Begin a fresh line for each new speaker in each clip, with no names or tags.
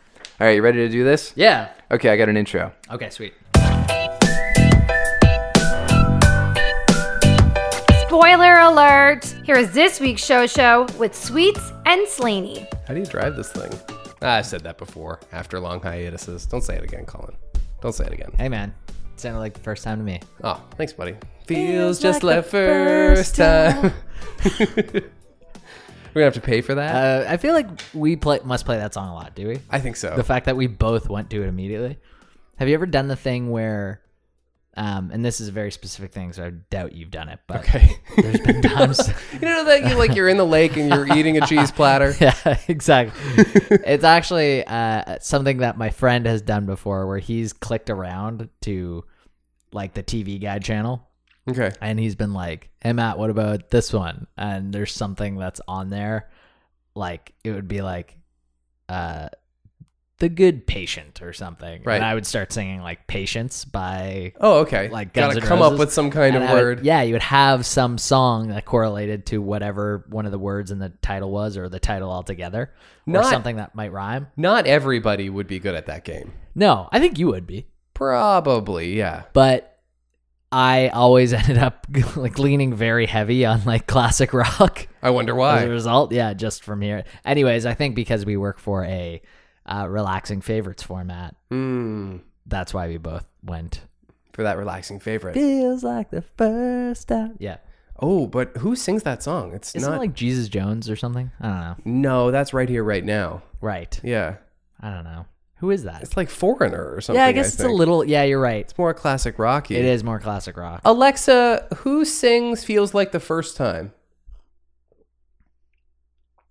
All right, you ready to do this?
Yeah.
Okay, I got an intro.
Okay, sweet.
Spoiler alert! Here is this week's show show with Sweets and Slaney.
How do you drive this thing? Ah, I've said that before. After long hiatuses, don't say it again, Colin. Don't say it again.
Hey, man. Sounded like the first time to me.
Oh, thanks, buddy. Feels just like, first time. We're gonna have to pay for that.
Uh, I feel like we play must play that song a lot, do we?
I think so.
The fact that we both went to it immediately. Have you ever done the thing where, um, and this is a very specific thing, so I doubt you've done it, but um,
okay.
there's been times.
you know that you like you're in the lake and you're eating a cheese platter.
yeah, exactly. it's actually uh, something that my friend has done before where he's clicked around to like the TV guide channel
Okay.
and he's been like, "Hey Matt, what about this one?" And there's something that's on there, like it would be like, uh, "The Good Patient" or something.
Right.
And I would start singing like "Patience" by
Oh, okay.
like Guns
gotta
N'
come up
Roses.
with some kind
And
of
I would-
word.
yeah, you would have some song that correlated to whatever one of the words in the title was, or the title altogether, or
Not-
something that might rhyme.
Not everybody would be good at that game.
No, I think you would be,
Probably, yeah.
but. I always ended up like leaning very heavy on like classic rock.
I wonder
as a
why.
result yeah just from here anyways i think because we work for a uh, relaxing favorites format
Hmm.
that's why we both went
For that relaxing favorite.
feels like the first time yeah
Oh, but who sings that song? It's
isn't
not.
it like jesus jones or something i don't know
no, that's right here, right now.
right
Yeah,
i don't know who is that
it's like Foreigner or something.
yeah i guess it's a
think.
little yeah you're right Oh,
It's more classic Rocky.
it is more classic rock
Alexa, who sings "Feels Like the First Time"?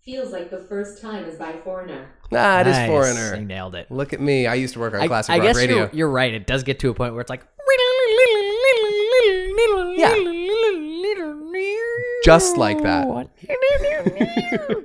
Feels like the first time is by Foreigner.
Ah, it is
Nice.
Foreigner.
you nailed it
Look at me. I used to work on
I,
classic
I
rock
guess
radio.
You're, you're right it does get to a point where it's like
Just like that.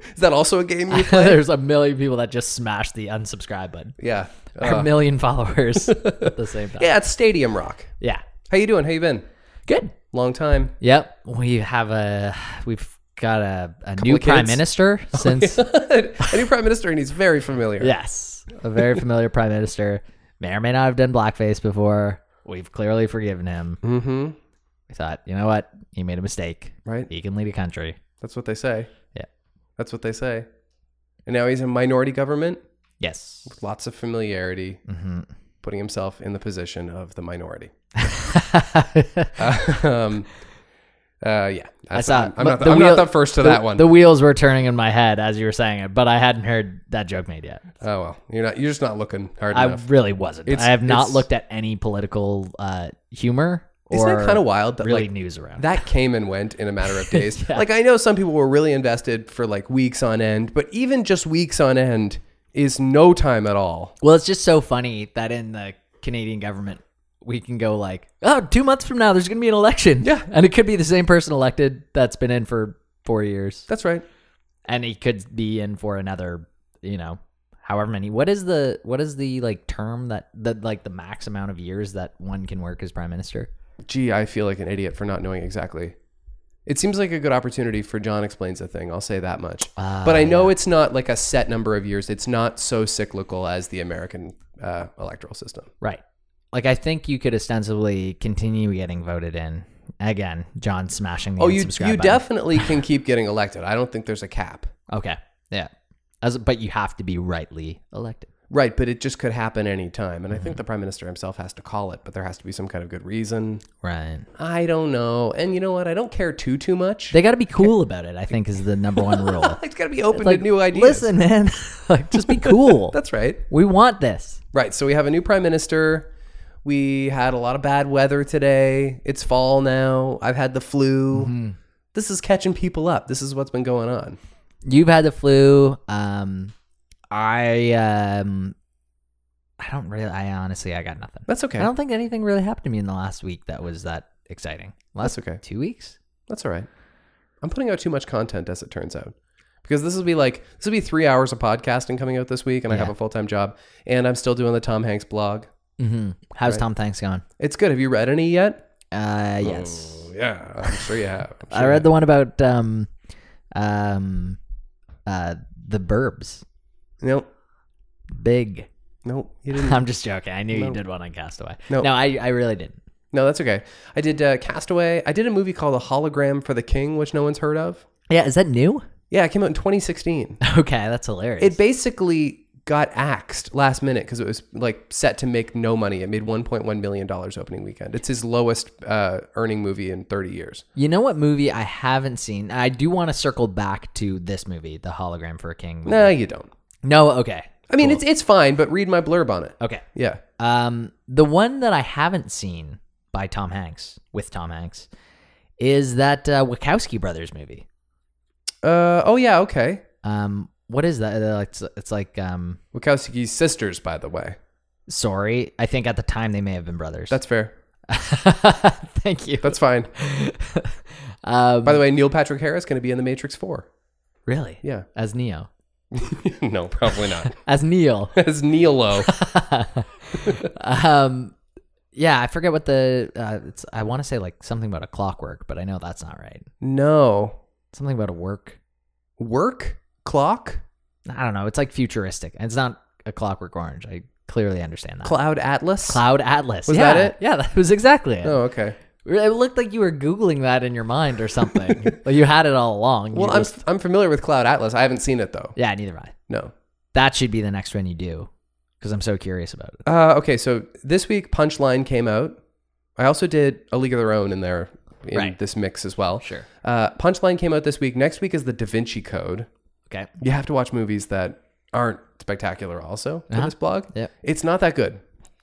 Is that also a game you play?
there's a million people that just smash the unsubscribe button
yeah.
or
Uh,
a million followers at the same time.
yeah, it's Stadium Rock.
Yeah.
How you doing? How you been?
Good.
Long time.
Yep. We have a we've got a, a new
of
prime
kids. Oh,
minister since
a new prime minister, and he's very familiar.
yes, a very familiar prime minister. May or may not have done blackface before. We've clearly forgiven him.
Mm-hmm.
We thought, you know what? He made a mistake.
Right.
He can lead a country.
That's what they say.
Yeah.
That's what they say. And now he's in minority government.
Yes.
Lots of familiarity,
hmm
putting himself in the position of the minority. um, uh,
I
yeah, That's-
saw.
I'm,
but
I'm not the, I'm
wheel-
not the first to
the-
that one.
The wheels were turning in my head as you were saying it, but I hadn't heard that joke made yet.
oh well, you're not. You're just not looking hard
I
enough.
really wasn't.
It's-
I have not
it's-
looked at any political uh, humor
Isn't
or
it kind of wild that
really
like
news around. it.
that came and went in a matter of days? Like I know some people were really invested for like weeks on end, but even just weeks on end is no time at all.
well, it's just so funny that in the Canadian government we can go like, oh, two months from now there's going to be an election.
Yeah.
and it could be the same person elected that's been in for four years,
That's right.
and he could be in for another, you know, however many. What is the what is the like term that the like the max amount of years that one can work as prime minister?
Gee, I feel like an idiot for not knowing exactly. It seems like a good opportunity for John explains a thing. I'll say that much. but I know it's not like a set number of years. It's not so cyclical as the American uh, electoral system.
Right. Like I think you could ostensibly continue getting voted in. Again, John smashing the
Oh, you
unsubscribe
you
button.
definitely can keep getting elected. I don't think there's a cap.
Okay. Yeah. As but you have to be rightly elected.
Right, but it just could happen any time. And I think the prime minister himself has to call it, but there has to be some kind of good reason.
Right.
I don't know. And you know what? I don't care too too much.
They got to be cool about it, I think is the number one rule.
it's got to be open
Like,
to new ideas.
Listen, man. like just be cool.
That's right.
we want this.
Right. So we have a new prime minister. We had a lot of bad weather today. It's fall now. I've had the flu.
Mm-hmm.
This is catching people up. This is what's been going on.
You've had the flu. Um I um I don't really I honestly I got nothing.
That's okay.
I don't think anything really happened to me in the last week that was that exciting. Last
That's okay.
two weeks?
That's all right. I'm putting out too much content as it turns out. Because this will be like this will be three hours of podcasting coming out this week, and I have
Yeah.
a full time job, and I'm still doing the Tom Hanks blog.
Mm-hmm. How's
Right. Oh,
Tom Thanks going?
It's good. Have you read any yet?
Uh, yes,
Yeah, I'm sure you have. I'm
I
sure you
read
have.
the one about um, um, uh, the Burbs.
Nope.
Big
No, you didn't.
I'm just joking. I knew you
Mm. No.
did one on Castaway.
No.
no, I, I really didn't.
No, that's okay. I did uh, Castaway. I did a movie called A Hologram for the King, which no one's heard of.
Yeah, is that new?
Yeah, it came out in 2016.
Okay, that's hilarious.
It basically got axed last minute because it was like set to make no money. It made 1.1 million dollars opening weekend. It's his lowest uh, earning movie in 30 years.
you know what movie I haven't seen? I do want to circle back to this movie, The Hologram for a King. movie.
No, you don't.
No, okay.
I mean, it's it's fine, but read my blurb on it.
Okay.
Yeah.
Um, the one that I haven't seen by Tom Hanks with Tom Hanks is that uh, Wachowski brothers movie.
Uh, oh yeah. Okay.
Um, what is that? Uh, It's, it's like um,
Wachowski's sisters, by the way.
sorry. I think at the time they may have been brothers.
That's fair.
thank you.
That's fine.
um,
By the way, Neil Patrick Harris going to be in The Matrix Four.
really,
Yeah.
as Neo,
no, probably not.
as Neil.
As Neilo.
um, yeah, I forget what the uh, it's. I want to say like something about a clockwork, but I know that's not right.
no.
Something about a work.
Work clock
I don't know. It's like futuristic. and It's not a clockwork orange. I clearly understand that.
Uh, cloud atlas.
Cloud Atlas.
Was
Yeah,
that it?
Yeah, that was exactly it.
Oh, okay.
It looked like you were googling that in your mind or something. like you had it all along.
Well,
You
I'm
just-
I'm familiar with Cloud Atlas. I haven't seen it though.
yeah, neither am I.
No.
That should be the next one you do because I'm so curious about it.
Uh, okay, so this week Punchline came out. I also did A League of Their Own in there in
Right.
this mix as well.
Sure.
Uh, Punchline came out this week. Next week is The Da Vinci Code.
Okay.
You have to watch movies that aren't spectacular. Also, for
Uh-huh.
this blog,
Yep.
it's not that good.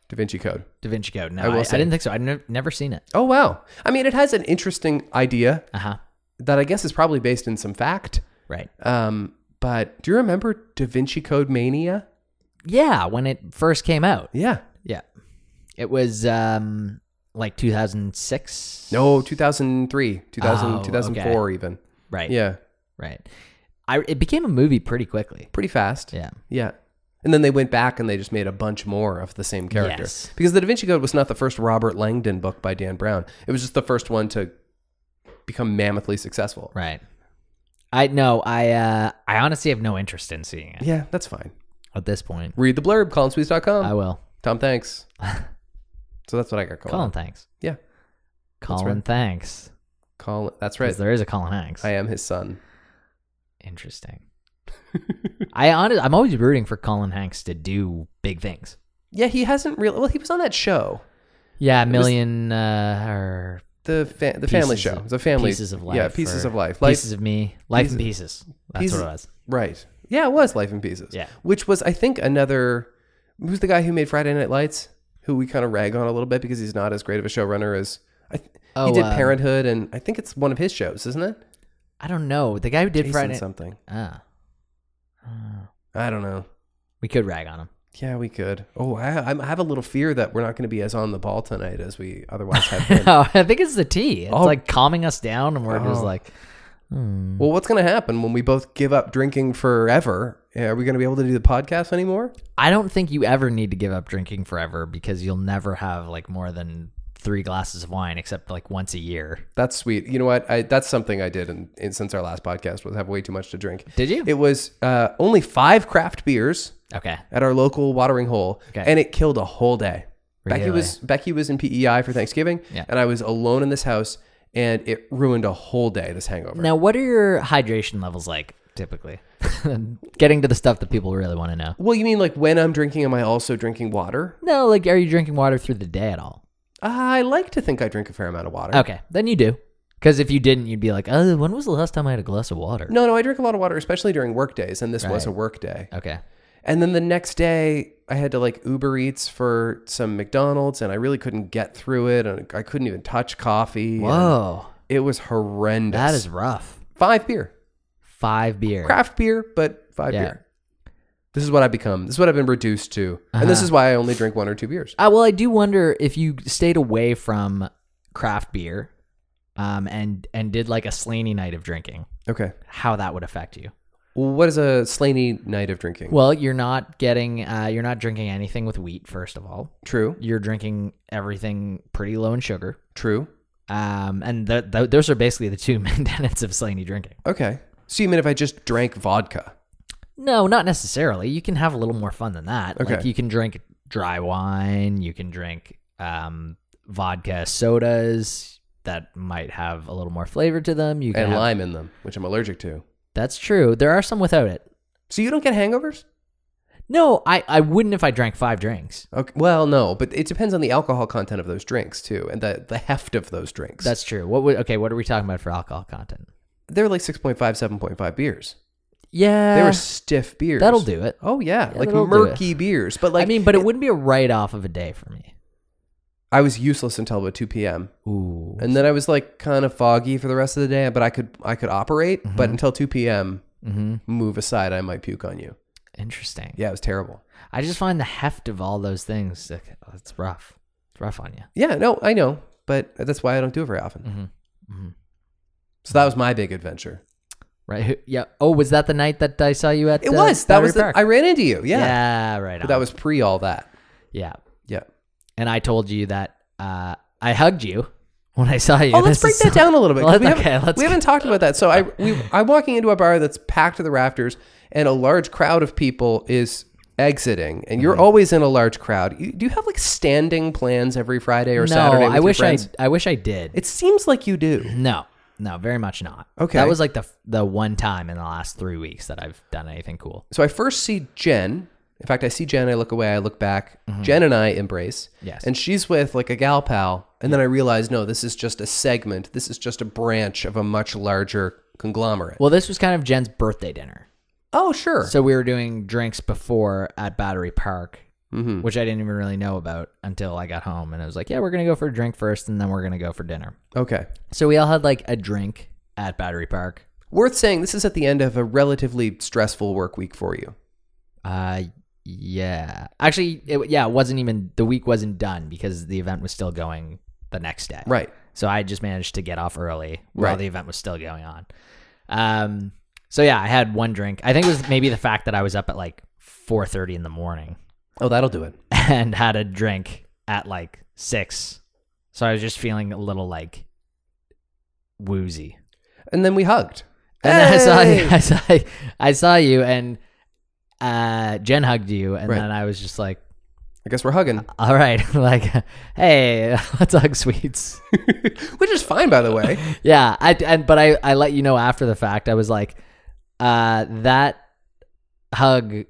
Da Vinci Code.
Da Vinci Code. No,
I
I,
will
I,
say-
didn't think so. I've nev- never seen it.
Oh wow. I mean, it has an interesting idea
Uh huh.
that I guess is probably based in some fact.
Right.
Um, but do you remember Da Vinci Code Mania?
Yeah, when it first came out.
Yeah.
Yeah. It was um like 2006.
No, 2003, 2000,
Oh,
2004 even.
Right.
Yeah,
Right. I, it became a movie pretty quickly.
pretty fast.
Yeah.
Yeah. And then they went back and they just made a bunch more of the same character.
Yes.
Because The Da Vinci Code was not the first Robert Langdon book by Dan Brown. It was just the first one to become mammothly successful.
Right. I no, I uh I honestly have no interest in seeing it
Yeah, Um, that's fine.
at this point.
Read the blurb, colinsweets.com.
I will.
Tom, thanks. so that's what I got going.
Colin thanks.
Yeah.
Colin
right.
thanks.
Colin. That's right.
Because there is a Colin Hanks.
I am his son.
Interesting. I honest I'm always rooting for Colin Hanks to do big things.
Yeah, he hasn't really. Well, he was on that show.
Yeah,
was-
million uh or
The fa- the family
Pieces
show.
of-
The family
Pieces of Life.
Yeah, pieces
or
of life. Life
Pieces of Me. Life in Pieces. That's
pieces-
what it was.
Right. Yeah, it was Life in Pieces.
Yeah.
Which was, I think, another. Who's the guy who made Friday Night Lights? Who we kind of rag on a little bit because he's not as great of a showrunner as. I th-
Oh,
he did
uh,
Parenthood, and I think it's one of his shows, isn't it?
I don't know. The guy who did
Jason
Friday
something.
Ah.
I don't know.
We could rag on him.
Yeah, we could. Oh, I, I have a little fear that we're not going to be as on the ball tonight as we otherwise have been.
No, I think it's the tea. It's
Oh.
like calming us down and we're just
Oh.
like hmm.
well, what's going to happen when we both give up drinking forever? Are we going to be able to do the podcast anymore?
I don't think you ever need to give up drinking forever because you'll never have like more than three glasses of wine except like once a year.
That's sweet. You know what? I, that's something I did in, in, since our last podcast was have way too much to drink.
Did you?
It was uh, only five craft beers
okay.
at our local watering hole,
Okay.
and it killed a whole day. Becky
Really?
was Becky was in PEI for Thanksgiving,
Yeah.
and I was alone in this house, and it ruined a whole day. This hangover.
Now, what are your hydration levels like typically? Getting to the stuff that people really want to know.
Well, you mean like when I'm drinking, am I also drinking water?
No, like, are you drinking water through the day at all?
I like to think I drink a fair amount of water.
Okay, then you do. Because if you didn't, you'd be like, oh, when was the last time I had a glass of water?
No, no, I drink a lot of water, especially during work days, and this was
Right.
a work day.
Okay.
And then the next day, I had to like Uber Eats for some McDonald's, and I really couldn't get through it, and I couldn't even touch coffee. and
Whoa,
it was horrendous.
that is rough.
five beer,
Five beer.
craft beer, but five
Yeah.
beer. This is what I've become. This is what I've been reduced to, and this
Uh-huh.
is why I only drink one or two beers.
Uh, well, I do wonder if you stayed away from craft beer, um, and and did like a Slaney night of drinking,
Okay,
how that would affect you.
well, what is a slaney night of drinking?
Well, you're not getting, uh, you're not drinking anything with wheat. First of all,
true,
you're drinking everything pretty low in sugar.
true.
Um, and th- th- those are basically the two main tenets of Slaney drinking.
Okay, so you mean if I just drank vodka?
No, not necessarily. You can have a little more fun than that. Like
Okay.
you can drink dry wine, you can drink um, vodka sodas that might have a little more flavor to them. You can
and
have-
lime in them, which I'm allergic to.
That's true. There are some without it.
So you don't get hangovers?
No, I, I wouldn't if I drank five drinks.
Okay. Well, no, but it depends on the alcohol content of those drinks too, and the the heft of those drinks.
That's true. What would okay? What are we talking about for alcohol content?
they're like 6.5, 7.5 beers.
Yeah,
They were stiff beers.
Uh, that'll do it.
Oh yeah,
Yeah,
like
that'll do it.
murky beers. But like
I mean, but it, wouldn't be a write off of a day for me.
I was useless until about 2 p.m.
Ooh,
and then I was like kind of foggy for the rest of the day, but I could I could operate.
Mm-hmm.
But until 2 p.m.,
hmm
move aside, I might puke on you.
interesting.
Yeah, it was terrible.
I just find the heft of all those things. like, It's rough. It's rough on you.
Yeah, no, I know, but that's why I don't do it very often.
Mm-hmm. Mm-hmm.
So that was my big adventure.
Right. who- Yeah. Oh, was that the night that I saw you at?
It
uh,
was that
Battery
was the,
Park?
I ran into you. Yeah,
Yeah. Right.
but
on.
that was pre all that.
Yeah.
Yeah.
And I told you that uh, I hugged you when I saw you.
Oh, let's break
This is
that
so-
down a little bit. 'cause
Let-
we haven't-
okay, let's
we haven't talked about that. So I we, I'm walking into a bar that's packed to the rafters, and a large crowd of people is exiting, and
Mm-hmm.
you're always in a large crowd. You, do you have like standing plans every Friday or
No,
Saturday? With
I wish
your
I.
friends?
I wish I did.
It seems like you do.
no. No. Very much not.
Okay.
That was like the the one time in the last three weeks that I've done anything cool.
So I first see Jen. In fact, I see Jen. I look away. I look back. Jen and I embrace.
Mm-hmm. Yes.
And she's with like a gal pal. And then I realize, no, this is just a segment. This is just a branch of a much larger conglomerate.
Well, this was kind of Jen's birthday dinner.
oh, sure.
So we were doing drinks before at Battery Park,
Mhm.
which I didn't even really know about until I got home and I was like, yeah, we're going to go for a drink first and then we're going to go for dinner.
okay.
So we all had like a drink at Battery Park.
Worth saying, this is at the end of a relatively stressful work week for you.
Uh yeah. Actually, it, yeah, it wasn't even the week wasn't done because the event was still going the next day.
Right.
So I just managed to get off early while
Right.
the event was still going on. Um so yeah, I had one drink. I think it was maybe the fact that I was up at like 4:30 in the morning.
Oh, that'll do it.
and had a drink at like six. So I was just feeling a little like woozy.
And then we hugged.
And then I saw you,
Hey!
I saw, I saw you, and uh, Jen hugged you, and
Right.
then I was just like,
I guess we're hugging,
"All right, like, hey, let's hug sweets."
which is fine, by the way.
yeah, I and but I I let you know after the fact. I was like, uh, that hug.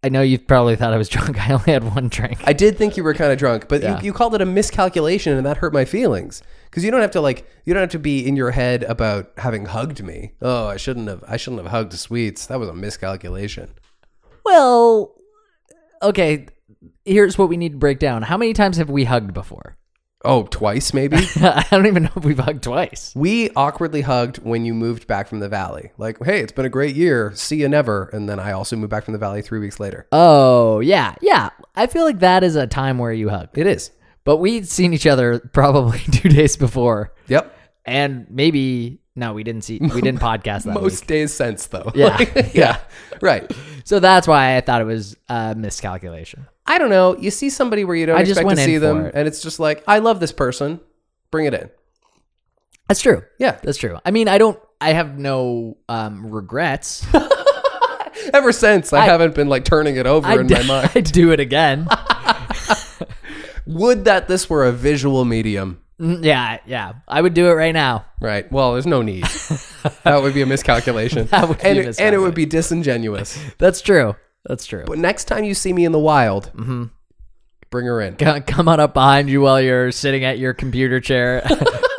I know you probably thought I was drunk. I only had one drink.
I did think you were kind of drunk, but
Yeah.
you, you called it a miscalculation, and that hurt my feelings. Because you don't have to like, you don't have to be in your head about having hugged me. Oh, I shouldn't have, I shouldn't have hugged sweets. That was a miscalculation.
Well, okay. Here's what we need to break down. How many times have we hugged before?
Oh, twice maybe.
I don't even know if we've hugged twice.
we awkwardly hugged when you moved back from the valley. Like, hey, it's been a great year. See you never. And then I also moved back from the valley three weeks later.
Oh, yeah. Yeah. I feel like that is a time where you hug.
It is.
But we'd seen each other probably two days before.
Yep.
And maybe, no, we didn't see, we didn't podcast that
most
week.
days since though
Yeah.
Like, yeah right
So that's why I thought it was a miscalculation.
i don't know you see somebody where you don't
I just
expect
went
to
in
see
for
them
it.
and it's just like i love this person bring it in
That's true.
yeah
That's true. I mean, I don't, I have no um, regrets.
ever since i,
I-
haven't been like turning it over in
I'd-
my mind
I'd do it again.
would that this were a visual medium
Mm, yeah. Yeah. I would do it right now.
right well there's no need that would be a miscalculation
That would be a
and, and it
miscalculation.
would be disingenuous
That's true. That's true.
but next time you see me in the wild
Mm-hmm.
bring her in
C- Come on up behind you while you're sitting at your computer chair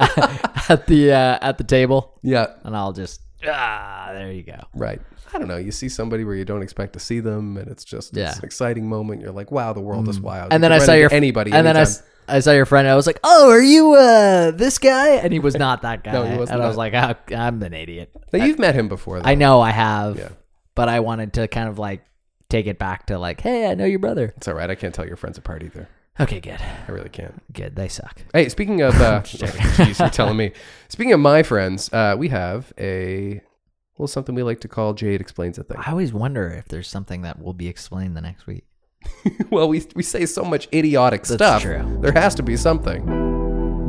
at the uh, at the table,
yeah
and I'll just ah, there you go.
Right. I don't know. You see somebody where you don't expect to see them, and it's just
Yeah. Mm.
it's an exciting moment. You're like, wow, the world is wild.
And
You
then
can
I
run
saw
into
your
anybody.
and then I, s-
anytime.
I saw your friend. and I was like, oh, are you uh this guy? And he was not that guy.
No, he wasn't
And I was
that.
like, oh, I'm an idiot.
Now, you've met him before. Though.
I know I have,
Yeah.
but I wanted to kind of like take it back to like, hey, I know your brother.
it's all right. I can't tell your friends apart either.
Okay, good,
I really can't.
good. They suck.
Hey, speaking of, uh, jeez, you're telling me. Speaking of my friends, uh, we have a well something we like to call Jade explains a thing.
I always wonder if there's something that will be explained the next week.
well, we we say so much idiotic
That's
stuff.
true.
There has to be something.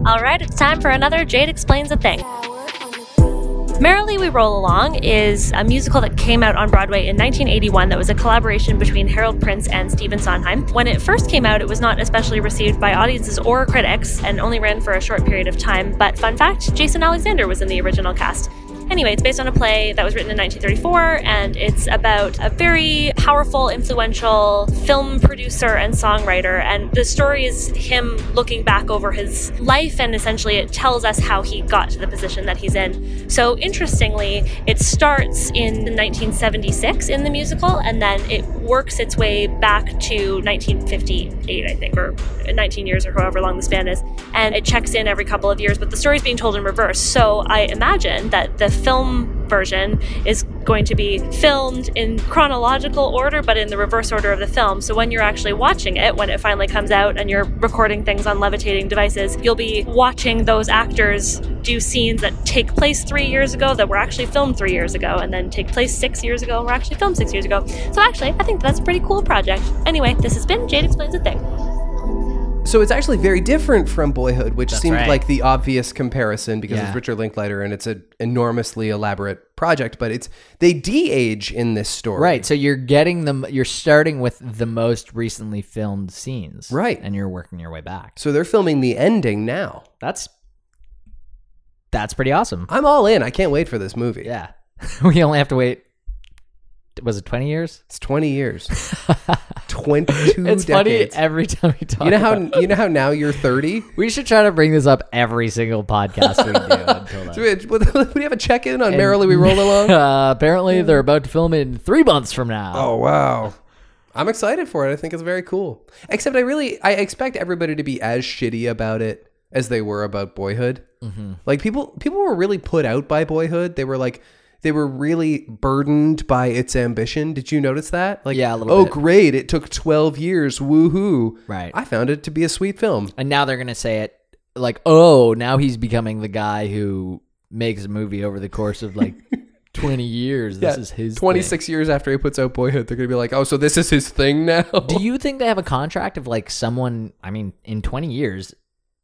All right, it's time for another Jade Explains a Thing.
Power on the beat.
Merrily We Roll Along is a musical that came out on Broadway in 1981 that was a collaboration between Harold Prince and Stephen Sondheim. When it first came out, it was not especially received by audiences or critics and only ran for a short period of time. But fun fact Jason Alexander was in the original cast. Anyway, it's based on a play that was written in 1934, and it's about a very powerful, influential film producer and songwriter. And the story is him looking back over his life, and essentially it tells us how he got to the position that he's in. So, interestingly, it starts in 1976 in the musical, and then it works its way back to 1958, I think, or 19 years, or however long the span is. And it checks in every couple of years, but the story's being told in reverse. So, I imagine that the film version is going to be filmed in chronological order, but in the reverse order of the film. So when you're actually watching it, when it finally comes out and you're recording things on levitating devices, you'll be watching those actors do scenes that take place three years ago that were actually filmed three years ago, and then take place six years ago and were actually filmed six years ago. So actually, I think that's a pretty cool project. Anyway, this has been Jade Explains a Thing.
So it's actually very different from Boyhood, which seemed
right.
like the obvious comparison because
Yeah.
it's Richard Linklater and it's an enormously elaborate project. But it's they de-age in this story,
Right. So you're getting them. You're starting with the most recently filmed scenes.
Right.
And you're working your way back.
So they're filming the ending now.
That's that's pretty awesome.
I'm all in. I can't wait for this movie.
Yeah. we only have to wait. Was it 20 years?
It's 20 years, 22
it's
decades.
funny every time we talk.
you know how
about-
you know how now you're 30.
we should try to bring this up every single podcast we do until then.
So we, we have a check in on
And-
Merrily We Roll Along.
Uh, apparently, they're about to film it in three months from now.
Oh wow. I'm excited for it. I think it's very cool. Except I really I expect everybody to be as shitty about it as they were about Boyhood.
Mm-hmm.
Like people people were really put out by Boyhood. They were like they were really burdened by its ambition. Did you notice that? Like
Yeah, a little
oh
bit.
great, it took 12 years. Woohoo.
Right.
I found it to be a sweet film.
And now they're gonna say it like, oh, now he's becoming the guy who makes a movie over the course of like twenty years. This
Yeah,
is his thing.
26 years after he puts out Boyhood, they're going to be like, "Oh, so this is his thing now."
Do you think they have a contract of like someone? I mean, in twenty years,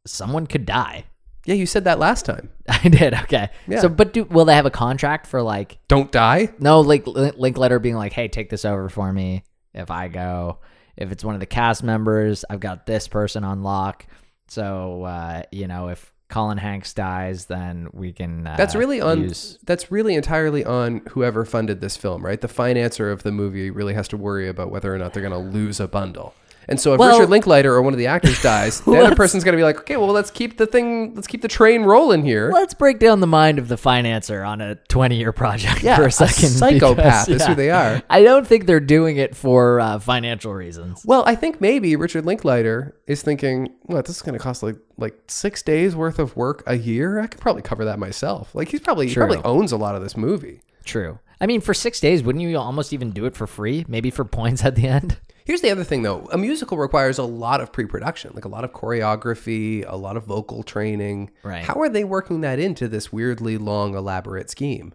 someone could die.
yeah, you said that last time.
I did. Okay.
Yeah.
So, but do will they have a contract for like
Don't die.
no like Lin- Linkletter being like, hey, take this over for me if I go. If it's one of the cast members, I've got this person on lock. So uh, you know, if Colin Hanks dies, then we can. Uh,
That's really on.
use-
That's really entirely on whoever funded this film, right? The financer of the movie really has to worry about whether or not they're going to lose a bundle. And so, if
Well-
Richard Linklater or one of the actors dies, the other person's going to be like, "Okay, well, let's keep the thing, let's keep the train rolling here."
Let's break down the mind of the financer on a 20 year project
Yeah,
for
a
a second.
psychopath is who they are.
I don't think they're doing it for uh, financial reasons.
Well, I think maybe Richard Linklater is thinking, "What? This is going to cost like like six days worth of work a year. I could probably cover that myself." Like he's probably he
True.
probably owns a lot of this movie.
True. I mean, for six days, wouldn't you almost even do it for free? Maybe for points at the end?
Here's the other thing though. A musical requires a lot of pre-production, like a lot of choreography, a lot of vocal training.
Right.
How are they working that into this weirdly long elaborate scheme?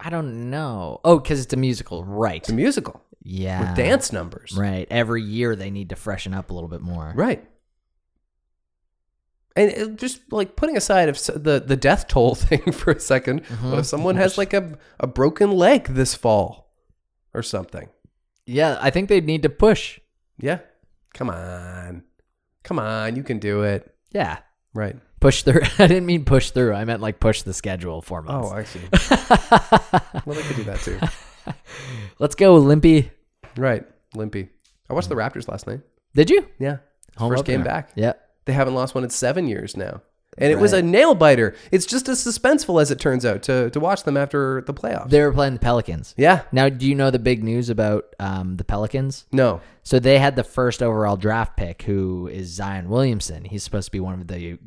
I don't know. Oh, because it's a musical, right?
It's a musical
yeah.
with dance numbers.
Right. Every year they need to freshen up a little bit more.
Right. And it- just like putting aside if s- the the death toll thing for a 2nd
Mm-hmm.
what if someone has like a a broken leg this fall or something?
Yeah, I think they need to push.
Yeah. Come on. Come on, you can do it.
Yeah.
Right.
Push through. I didn't mean push through. I meant like push the schedule four
Oh,
months.
I see. Well, they could do that too.
Let's go, Limpy.
Right. Limpy. I watched the Raptors last night.
Did you?
Yeah.
Home
First game
opener.
back.
Yep.
They haven't lost one in seven years now. And it was a nail biter. It's just as suspenseful as it turns out to, to watch them after the playoffs.
They were playing the Pelicans.
yeah.
Now, do you know the big news about um, the Pelicans?
No.
So they had the first overall draft pick, who is Zion Williamson. He's supposed to be one of the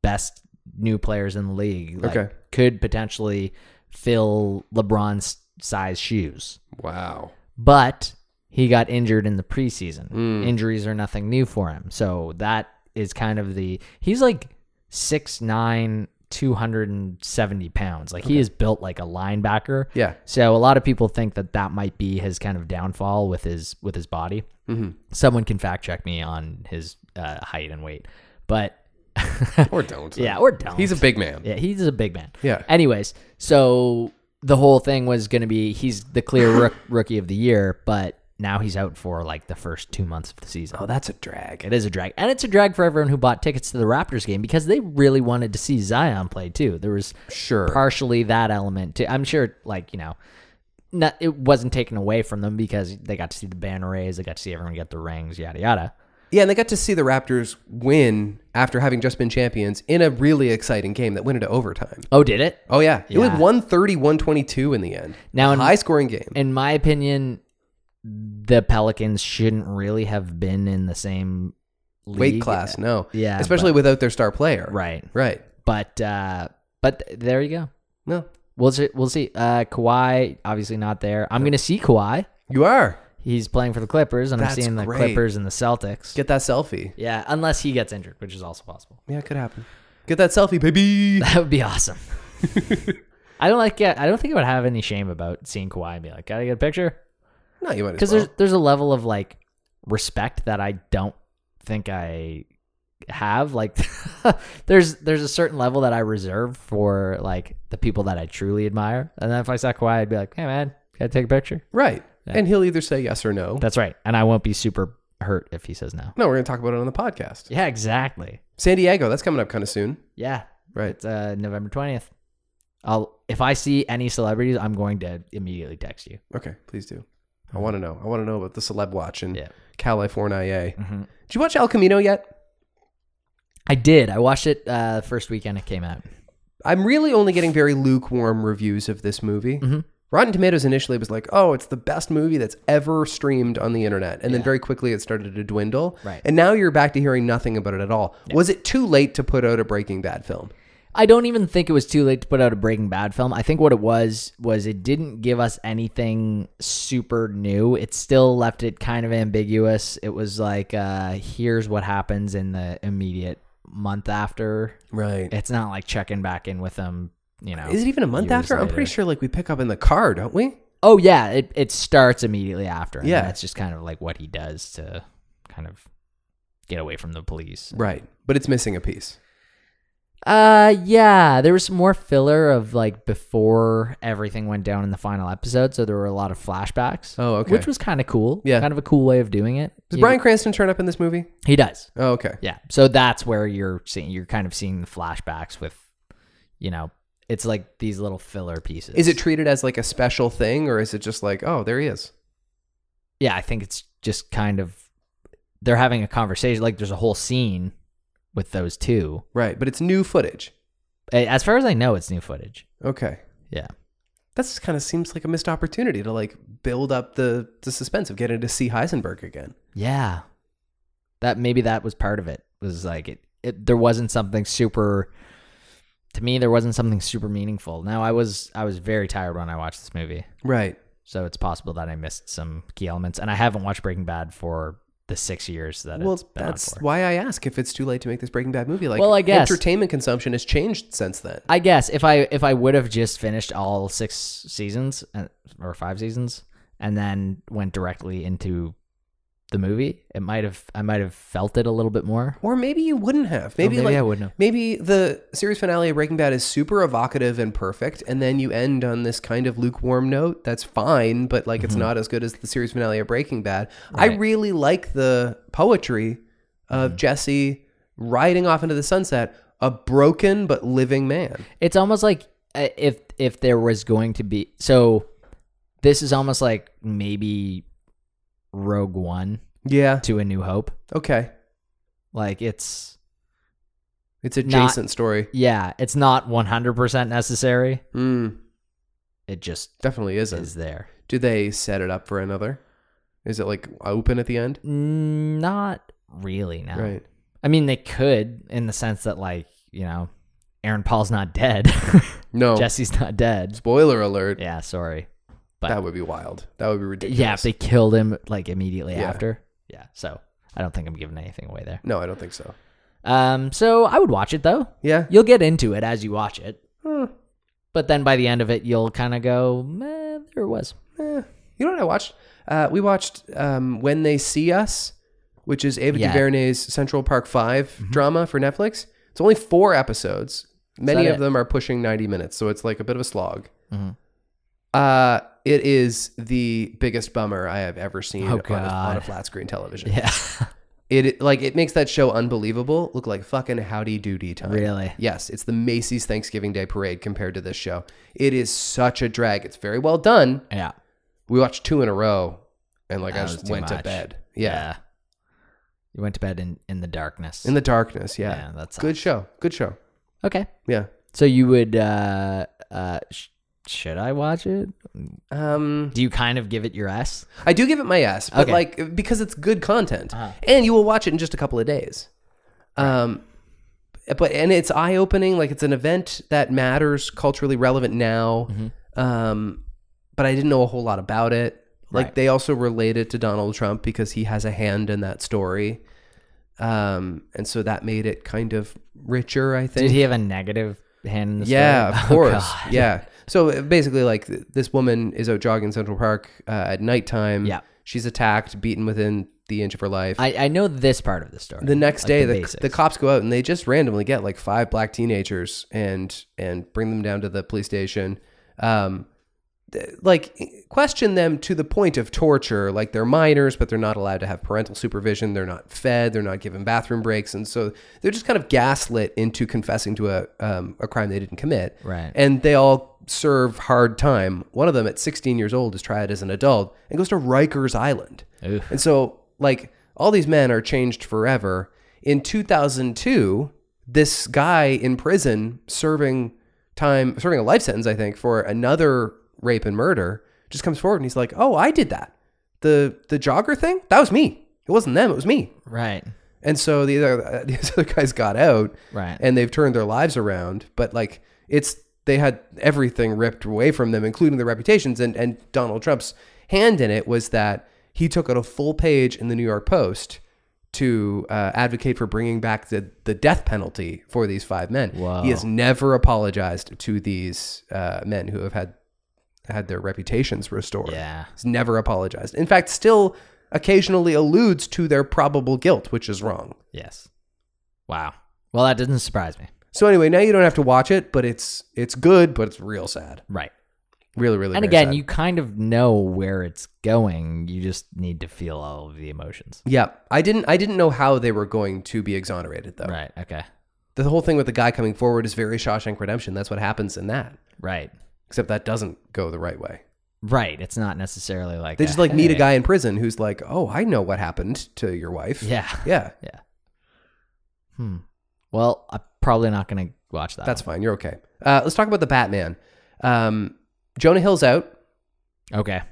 best new players in the league. Like,
Okay.
Could potentially fill LeBron's size shoes.
Wow.
but he got injured in the preseason.
Mm.
Injuries are nothing new for him. So that is kind of the he's like 6'9, 270 pounds. Like he is built like a linebacker.
Yeah.
So a lot of people think that that might be his kind of downfall with his with his body.
Mhm.
Someone can fact check me on his uh, height and weight, but
or don't.
yeah, or don't.
He's a big man.
Yeah, he's a big man.
Yeah.
Anyways, so the whole thing was going to be he's the clear rook, rookie of the year, but now he's out for like the first two months of the season.
Oh, that's a drag.
It is a drag, and it's a drag for everyone who bought tickets to the Raptors game because they really wanted to see Zion play too. There was
Sure.
partially that element too. I'm sure, like you know, not, it wasn't taken away from them because they got to see the banner raise, they got to see everyone get the rings, yada yada.
Yeah, and they got to see the Raptors win after having just been champions in a really exciting game that went into overtime.
Oh, did it?
Oh yeah, it was
Yeah.
130 122 in the end.
Now in-
high scoring game.
in my opinion, the Pelicans shouldn't really have been in the same league.
Weight class, no.
Yeah,
Especially without their star player.
right?
Right.
But uh, but there you go.
No.
We'll see. We'll see. Uh, Kawhi obviously not there. I'm gonna see Kawhi.
You are.
He's playing for the Clippers, and
That's
I'm seeing the
great.
Clippers and the Celtics.
Get that selfie.
yeah, unless he gets injured, which is also possible.
Yeah, it could happen. Get that selfie, baby.
That would be awesome. I don't like. I don't think I would have any shame about seeing Kawhi and be like, "Gotta get a picture."
no, you might as
because
well.
there's there's a level of like respect that I don't think I have. Like there's there's a certain level that I reserve for like the people that I truly admire. And then if I saw Kawhi, I'd be like, hey man, can I take a picture?
Right. And he'll either say yes or no.
That's right. And I won't be super hurt if he says no.
No, we're going to talk about it on the podcast.
Yeah, exactly.
San Diego, that's coming up kind of soon.
Yeah.
Right.
It's uh, November twentieth. I'll if I see any celebrities, I'm going to immediately text you.
Okay, please do. I want to know. I want to know about the celeb watch and
Yeah. Mm-hmm.
California. Did you watch El Camino yet?
I did. I watched it uh, the first weekend it came out.
I'm really only getting very lukewarm reviews of this movie. Rotten Tomatoes initially was like, oh, it's the best movie that's ever streamed on the internet. And then very quickly it started to dwindle.
Right.
And now you're back to hearing nothing about it at all. Was it too late to put out a Breaking Bad film?
I don't even think it was too late to put out a Breaking Bad film. I think what it was was it didn't give us anything super new. It still left it kind of ambiguous. It was like, uh, here's what happens in the immediate month after.
Right.
It's not like checking back in with them, you know.
Is it even a month
years
after? I'm pretty
later.
sure like we pick up in the car, don't we?
Oh yeah, it it starts immediately after. and
Yeah.
that's just kind of like what he does to kind of get away from the police.
Right. But it's missing a piece.
Uh, yeah, there was some more filler of like before everything went down in the final episode, so there were a lot of flashbacks.
Oh, okay.
which was kind of cool.
Yeah.
kind of a cool way of doing it.
Does
You-
Brian Cranston turn up in this movie?
He does.
Oh, okay.
Yeah, so that's where you're seeing you're kind of seeing the flashbacks with, you know, it's like these little filler pieces.
Is it treated as like a special thing or is it just like, oh, there he is?
yeah, I think it's just kind of they're having a conversation. Like there's a whole scene with those two.
Right. But it's new footage.
A- As far as I know, it's new footage.
Okay.
Yeah.
That's kind of seems like a missed opportunity to like build up the, the suspense of getting to see Heisenberg again.
Yeah. That maybe that was part of it. Was like it, it there wasn't something super to me there wasn't something super meaningful. Now I was I was very tired when I watched this movie.
Right.
So it's possible that I missed some key elements and I haven't watched Breaking Bad for the 6 years that
well,
it's been
that's
on for.
why I ask if it's too late to make this Breaking Bad movie. Like,
Well, I guess-
entertainment consumption has changed since then.
I guess if I if I would have just finished all 6 seasons uh, or 5 seasons and then went directly into the movie, it might have I might have felt it a little bit more.
Or maybe you wouldn't have.
Or
Maybe, like,
Oh, I wouldn't have.
Maybe the series finale of Breaking Bad is super evocative and perfect, and then you end on this kind of lukewarm note. That's fine, but like it's not as good as the series finale of Breaking Bad. I
Mm-hmm. Right. Mm-hmm.
really like the poetry of Jesse riding off into the sunset, a broken but living man.
It's almost like uh, if if there was going to be so this is almost like maybe Rogue One
Yeah.
to A New Hope.
Okay.
Like it's
It's
Not-
adjacent story.
yeah, it's not 100% necessary.
Mm,
It just
definitely isn't.
is there.
Do they set it up for another? Is it like open at the end?
Mm, Not really no.
Right.
I mean they could in the sense that like, you know, Aaron Paul's not dead.
No.
Jesse's not dead.
Spoiler alert.
Yeah, sorry. But
That would be wild. That would be ridiculous.
yeah, if they killed him like immediately
Yeah.
after. Yeah, so I don't think I'm giving anything away there.
No, I don't think so.
Um, so I would watch it though.
Yeah.
You'll get into it as you watch it,
Huh.
but then by the end of it, you'll kind of go, "Meh, there it was."
Eh. You know what I watched? Uh, we watched um, When They See Us, which is Ava
Yeah. Mm-hmm.
DuVernay's Central Park 5 drama for Netflix. It's only four episodes.
that
Many of
it? Mm-hmm.
them are pushing 90 minutes, so it's like a bit of a slog. Uh, it is the biggest bummer I have ever seen
Oh,
on, a, on a
God.
flat screen television.
Yeah.
It like it makes that show unbelievable look like fucking howdy doody time.
Really?
Yes, it's the Macy's Thanksgiving Day Parade compared to this show. It is such a drag. It's very well done.
yeah.
We watched two in a row, and like
That
I
was
just
too
went to
much.
bed. Yeah,
You went to bed in, in the darkness.
in the darkness. Yeah,
Yeah, that
good show. Good show.
okay.
Yeah.
So you would uh uh sh- should I watch it?
Um,
Do you kind of give it your S?
I do give it my yes, but
Okay. Uh-huh.
like because it's good content, and you will watch it in just a couple of days. Um, but and it's eye opening. Like it's an event that matters culturally relevant now.
Mm-hmm.
Um, but I didn't know a whole lot about it. Like
Right.
they also relate it to Donald Trump because he has a hand in that story. Um, and so that made it kind of richer. I think.
Did he have a negative hand in the
Yeah,
story?
of
Oh,
course.
God.
yeah. So uh, basically, like th- this woman is out jogging in Central Park uh, at nighttime.
Yeah.
She's attacked, beaten within the inch of her life.
I, I know this part of the story.
the next
like
day, the,
basics.
the cops go out and they just randomly get like five black teenagers and and bring them down to the police station. Um, th- like e, question them to the point of torture. Like they're minors, but they're not allowed to have parental supervision. They're not fed. They're not given bathroom breaks, and so they're just kind of gaslit into confessing to a um, a crime they didn't commit.
Right.
And they all serve hard time. One of them at 16 years old is tried as an adult and goes to Rikers Island.
Oof.
And so, like, all these men are changed forever. In 2002, this guy in prison serving time, serving a life sentence, I think, for another rape and murder, just comes forward and he's like, "Oh, I did that. The the jogger thing. That was me. It wasn't them. It was me."
right.
And so the other these other guys got out,
Right.
And they've turned their lives around. But like it's they had everything ripped away from them, including their reputations. And and Donald Trump's hand in it was that he took out a full page in the New York Post to uh, advocate for bringing back the the death penalty for these five men.
Wow.
He has never apologized to these uh, men who have had had their reputations restored.
Yeah.
He's never apologized. In fact, still occasionally alludes to their probable guilt, which is wrong.
Yes. Wow. Well, that doesn't surprise me.
So anyway, now you don't have to watch it, but it's it's good, but it's real sad.
Right.
Really, really
and
very
again,
sad.
you kind of know where it's going. You just need to feel all of the emotions.
Yeah. I didn't I didn't know how they were going to be exonerated though.
Right. Okay.
The whole thing with the guy coming forward is very Shawshank redemption. That's what happens in that.
Right.
Except that doesn't go the right way.
Right. It's not necessarily like
They
a-
just like meet a
hey.
guy in prison who's like, Oh, I know what happened to your wife.
Yeah.
Yeah.
Hmm. Well, I'm probably not gonna watch that.
That's fine. You're okay. Uh, let's talk about the Batman. Um, Jonah Hill's out.
one. okay.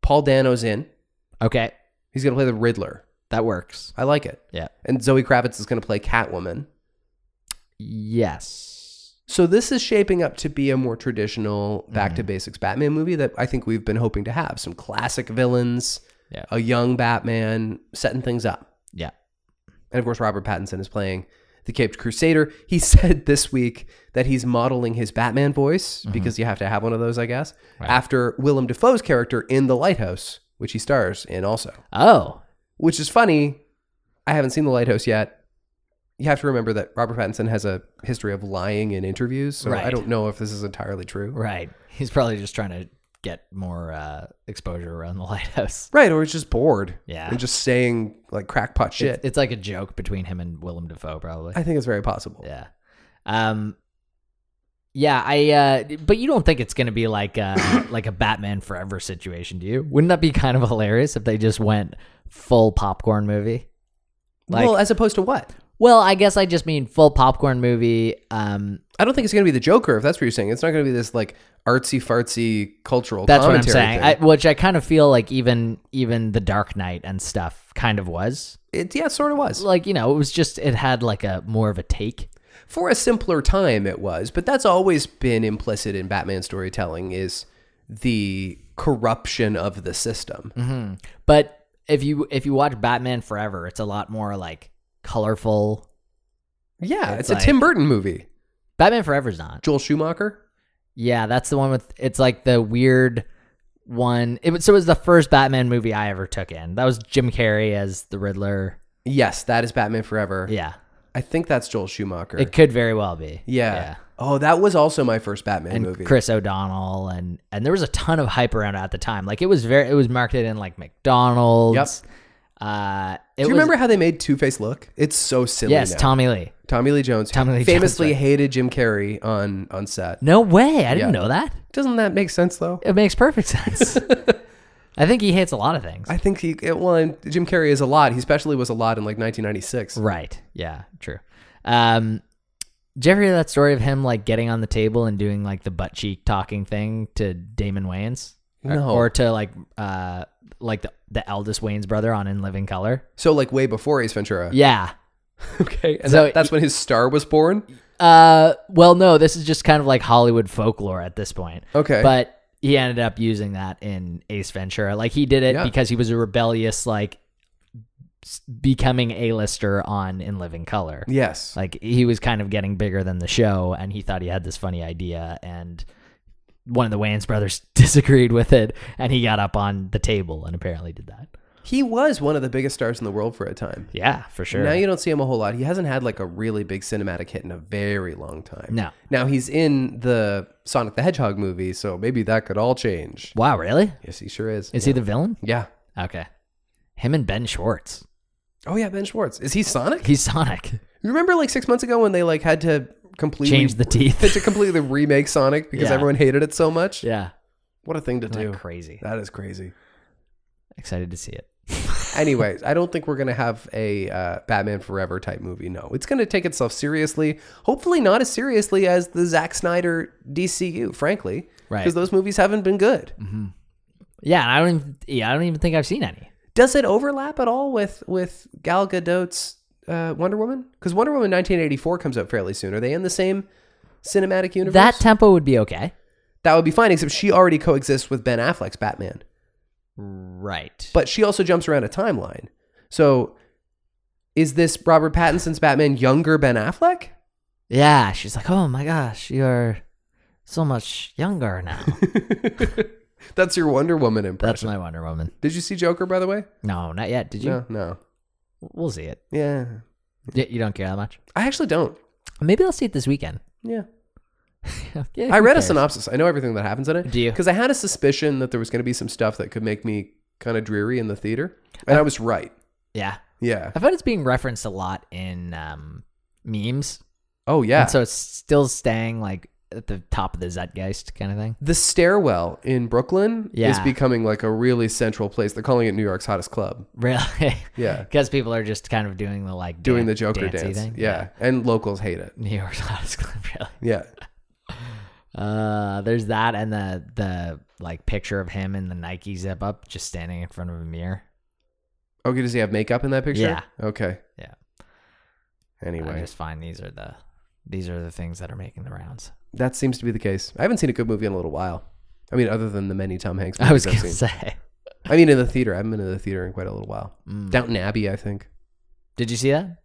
Paul Dano's in.
Okay.
He's going to play the Riddler.
That works.
I like it.
Yeah.
And Zoe Kravitz is going to play Catwoman.
Yes.
So this is shaping up to be a more traditional back
Mm-hmm.
to basics Batman movie that I think we've been hoping to have some classic villains,
Yeah.
a young Batman setting things up.
Yeah.
And of course Robert Pattinson is playing the Caped Crusader. He said this week that he's modeling his Batman voice
Mm-hmm.
because you have to have one of those, I guess, after Willem Dafoe's character in The Lighthouse, which he stars in also
Oh.
which is funny. I haven't seen The Lighthouse yet. You have to remember that Robert Pattinson has a history of lying in interviews, so I
Right.
don't know if this is entirely true.
Right. He's probably just trying to get more uh, exposure around the lighthouse.
Right, or he's just bored.
Yeah.
And just saying like crackpot shit.
It's, it's like a joke between him and Willem Dafoe, probably.
I think it's very possible.
yeah. Um. Yeah, I. Uh, but you don't think it's gonna be like a like a Batman Forever situation, do you? Wouldn't that be kind of hilarious if they just went full popcorn movie? Like,
well,
well,
as opposed to what?
I guess I just mean full popcorn movie. Um,
I don't think it's going to be the Joker if that's what you're saying. It's not going to be this like artsy fartsy cultural.
that's what I'm
commentary
saying. I,
thing.
which I kind of feel like even even the Dark Knight and stuff kind of was
it, yeah, it sort of was.
like you know it was just it had like a more of a take
for a simpler time it was but that's always been implicit in batman storytelling is the corruption of the system
but if you if you watch batman forever it's a lot more like colorful
yeah it's,
It's
a
like-
tim burton movie
batman forever's not
joel schumacher
yeah that's the one with it's like the weird one it was so it was the first batman movie i ever took in that was jim carrey as the riddler
yes that is batman forever
yeah
I think that's Joel Schumacher.
It could very well be.
yeah. Oh, that was also my first Batman
And
movie.
Chris O'Donnell and and there was a ton of hype around it at the time. Like it was very it was marketed in like McDonald's. Yep. Uh it
Do you
was-
remember how they made Two Face look? It's so silly.
Yes,
now.
Tommy Lee.
Tommy Lee Jones
Tommy Lee Jones,
famously
right.
hated Jim Carrey on on set.
No way. I didn't know that.
Doesn't that make sense though?
It makes perfect sense. I think he hates a lot of things.
I think he it- well, and Jim Carrey is a lot. He especially was a lot in like 1996.
Right. Yeah. True. Um, did you ever hear that story of him like getting on the table and doing like the butt cheek talking thing to Damon Wayans? Or-
No.
Or, to like uh like the the eldest Wayans brother on In Living Color.
So like way before Ace Ventura.
Yeah.
Okay. And
So
that- that's when his star was born.
Uh well no, this is just kind of like Hollywood folklore at this point.
Okay.
But he ended up using that in Ace Ventura. Like he did it
Yeah.
because he was a rebellious like s- becoming A-lister on In Living Color.
yes.
like he was kind of getting bigger than the show and he thought he had this funny idea and one of the Wayans brothers disagreed with it and he got up on the table and apparently did that.
he was one of the biggest stars in the world for a time.
Yeah, for sure.
Now you don't see him a whole lot. He hasn't had like a really big cinematic hit in a very long time.
No.
Now he's in the Sonic the Hedgehog movie, so maybe that could all change.
wow, really?
Yes, he sure is.
Is he the villain?
yeah.
Okay. Him and Ben Schwartz.
Oh yeah, Ben Schwartz. Is he Sonic?
He's Sonic.
You Remember like six months ago when they like had to completely
Change the teeth.
had to completely remake Sonic because
Yeah.
everyone hated it so much.
Yeah.
What a thing to do.
Like crazy.
That is crazy.
Excited to see it.
Anyways, I don't think we're gonna have a uh, Batman Forever type movie. No, it's gonna take itself seriously. Hopefully, not as seriously as the Zack Snyder DCU, frankly,
Right. Mm-hmm.
Because those movies haven't been good.
Yeah, and I don't even yeah, I don't even think I've seen any.
Does it overlap at all with with Gal Gadot's uh, Wonder Woman? Because Wonder Woman 1984 comes out fairly soon. Are they in the same cinematic universe?
That tempo would be okay.
that would be fine, except she already coexists with Ben Affleck's Batman.
Right.
But she also jumps around a timeline. So is this Robert Pattinson's Batman younger Ben Affleck?
yeah, she's like, "Oh my gosh, you're so much younger now."
That's your Wonder Woman
That's
impression.
my Wonder Woman.
Did you see Joker, by the way?
No, not yet. Did you?
No, no.
We'll see it.
Yeah.
Y- You don't care that much.
I actually don't.
Maybe I'll see it this weekend.
Yeah.
Yeah,
I
who
read a
cares?
synopsis. I know everything that happens in it.
Do you?
Because I had a suspicion that there was going to be some stuff that could make me kind of dreary in the theater. And I was right.
Yeah,
Yeah.
I found it's being referenced a lot in um, memes,
Oh, yeah.
and so it's still staying like at the top of the zeitgeist kind of thing.
the stairwell in Brooklyn is
Yeah.
becoming like a really central place. They're calling it New York's hottest club.
Really?
Yeah.
Because people are just kind of doing the like
doing
dan-
the Joker
dancey
dance.
thing.
Yeah. And locals hate it.
New York's hottest club. Really?
Yeah.
Uh, there's that, and the the like picture of him in the Nike zip up, just standing in front of a mirror.
Okay, Oh, does he have makeup in that picture?
Yeah.
Okay.
Yeah. I
Anyway,
just find these are the these are the things that are making the rounds.
that seems to be the case. I haven't seen a good movie in a little while. I mean, other than the many Tom Hanks movies
I was
have
gonna
seen.
say. Mm.
I mean, in the theater. I haven't been in the theater in quite a little while. Downton Abbey, I think.
Did you see that?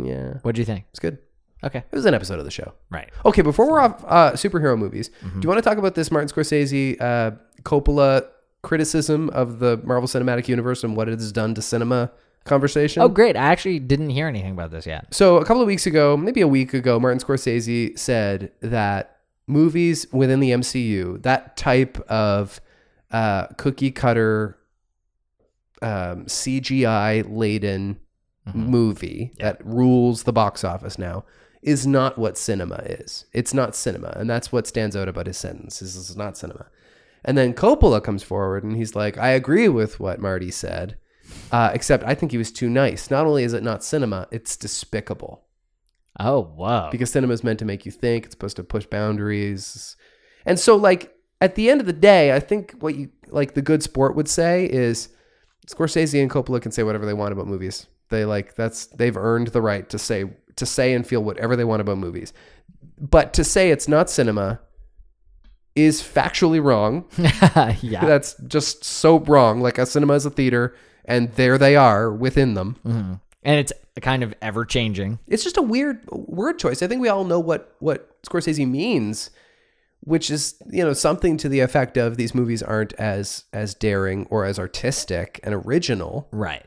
Yeah.
What'd you think?
It's good.
Okay.
It was an episode of the show.
Right.
Okay, before we're off uh, superhero movies,
Mm-hmm.
do you want to talk about this Martin Scorsese uh, Coppola criticism of the Marvel Cinematic Universe and what it has done to cinema conversation?
Oh, great. I actually didn't hear anything about this yet.
So a couple of weeks ago, maybe a week ago, Martin Scorsese said that movies within the MCU, that type of uh, cookie cutter um, CGI laden movie that rules the box office now is not what cinema is. It's not cinema, and that's what stands out about his sentence. Is this is not cinema. And then Coppola comes forward and he's like, I agree with what Marty said, uh, except I think he was too nice. Not only is it not cinema, it's despicable
Oh, whoa.
because cinema is meant to make you think, it's supposed to push boundaries. And so, like, at the end of the day, I think what you, like, the good sport would say is Scorsese and Coppola can say whatever they want about movies. They, like, that's, they've earned the right to say, to say and feel whatever they want about movies. But to say it's not cinema is factually wrong.
yeah.
That's just so wrong. Like a cinema is a theater, and there they are within them.
Mhm. And it's kind of ever changing.
It's just a weird word choice. I think we all know what what Scorsese means, which is you know something to the effect of these movies aren't as as daring or as artistic and original
Right.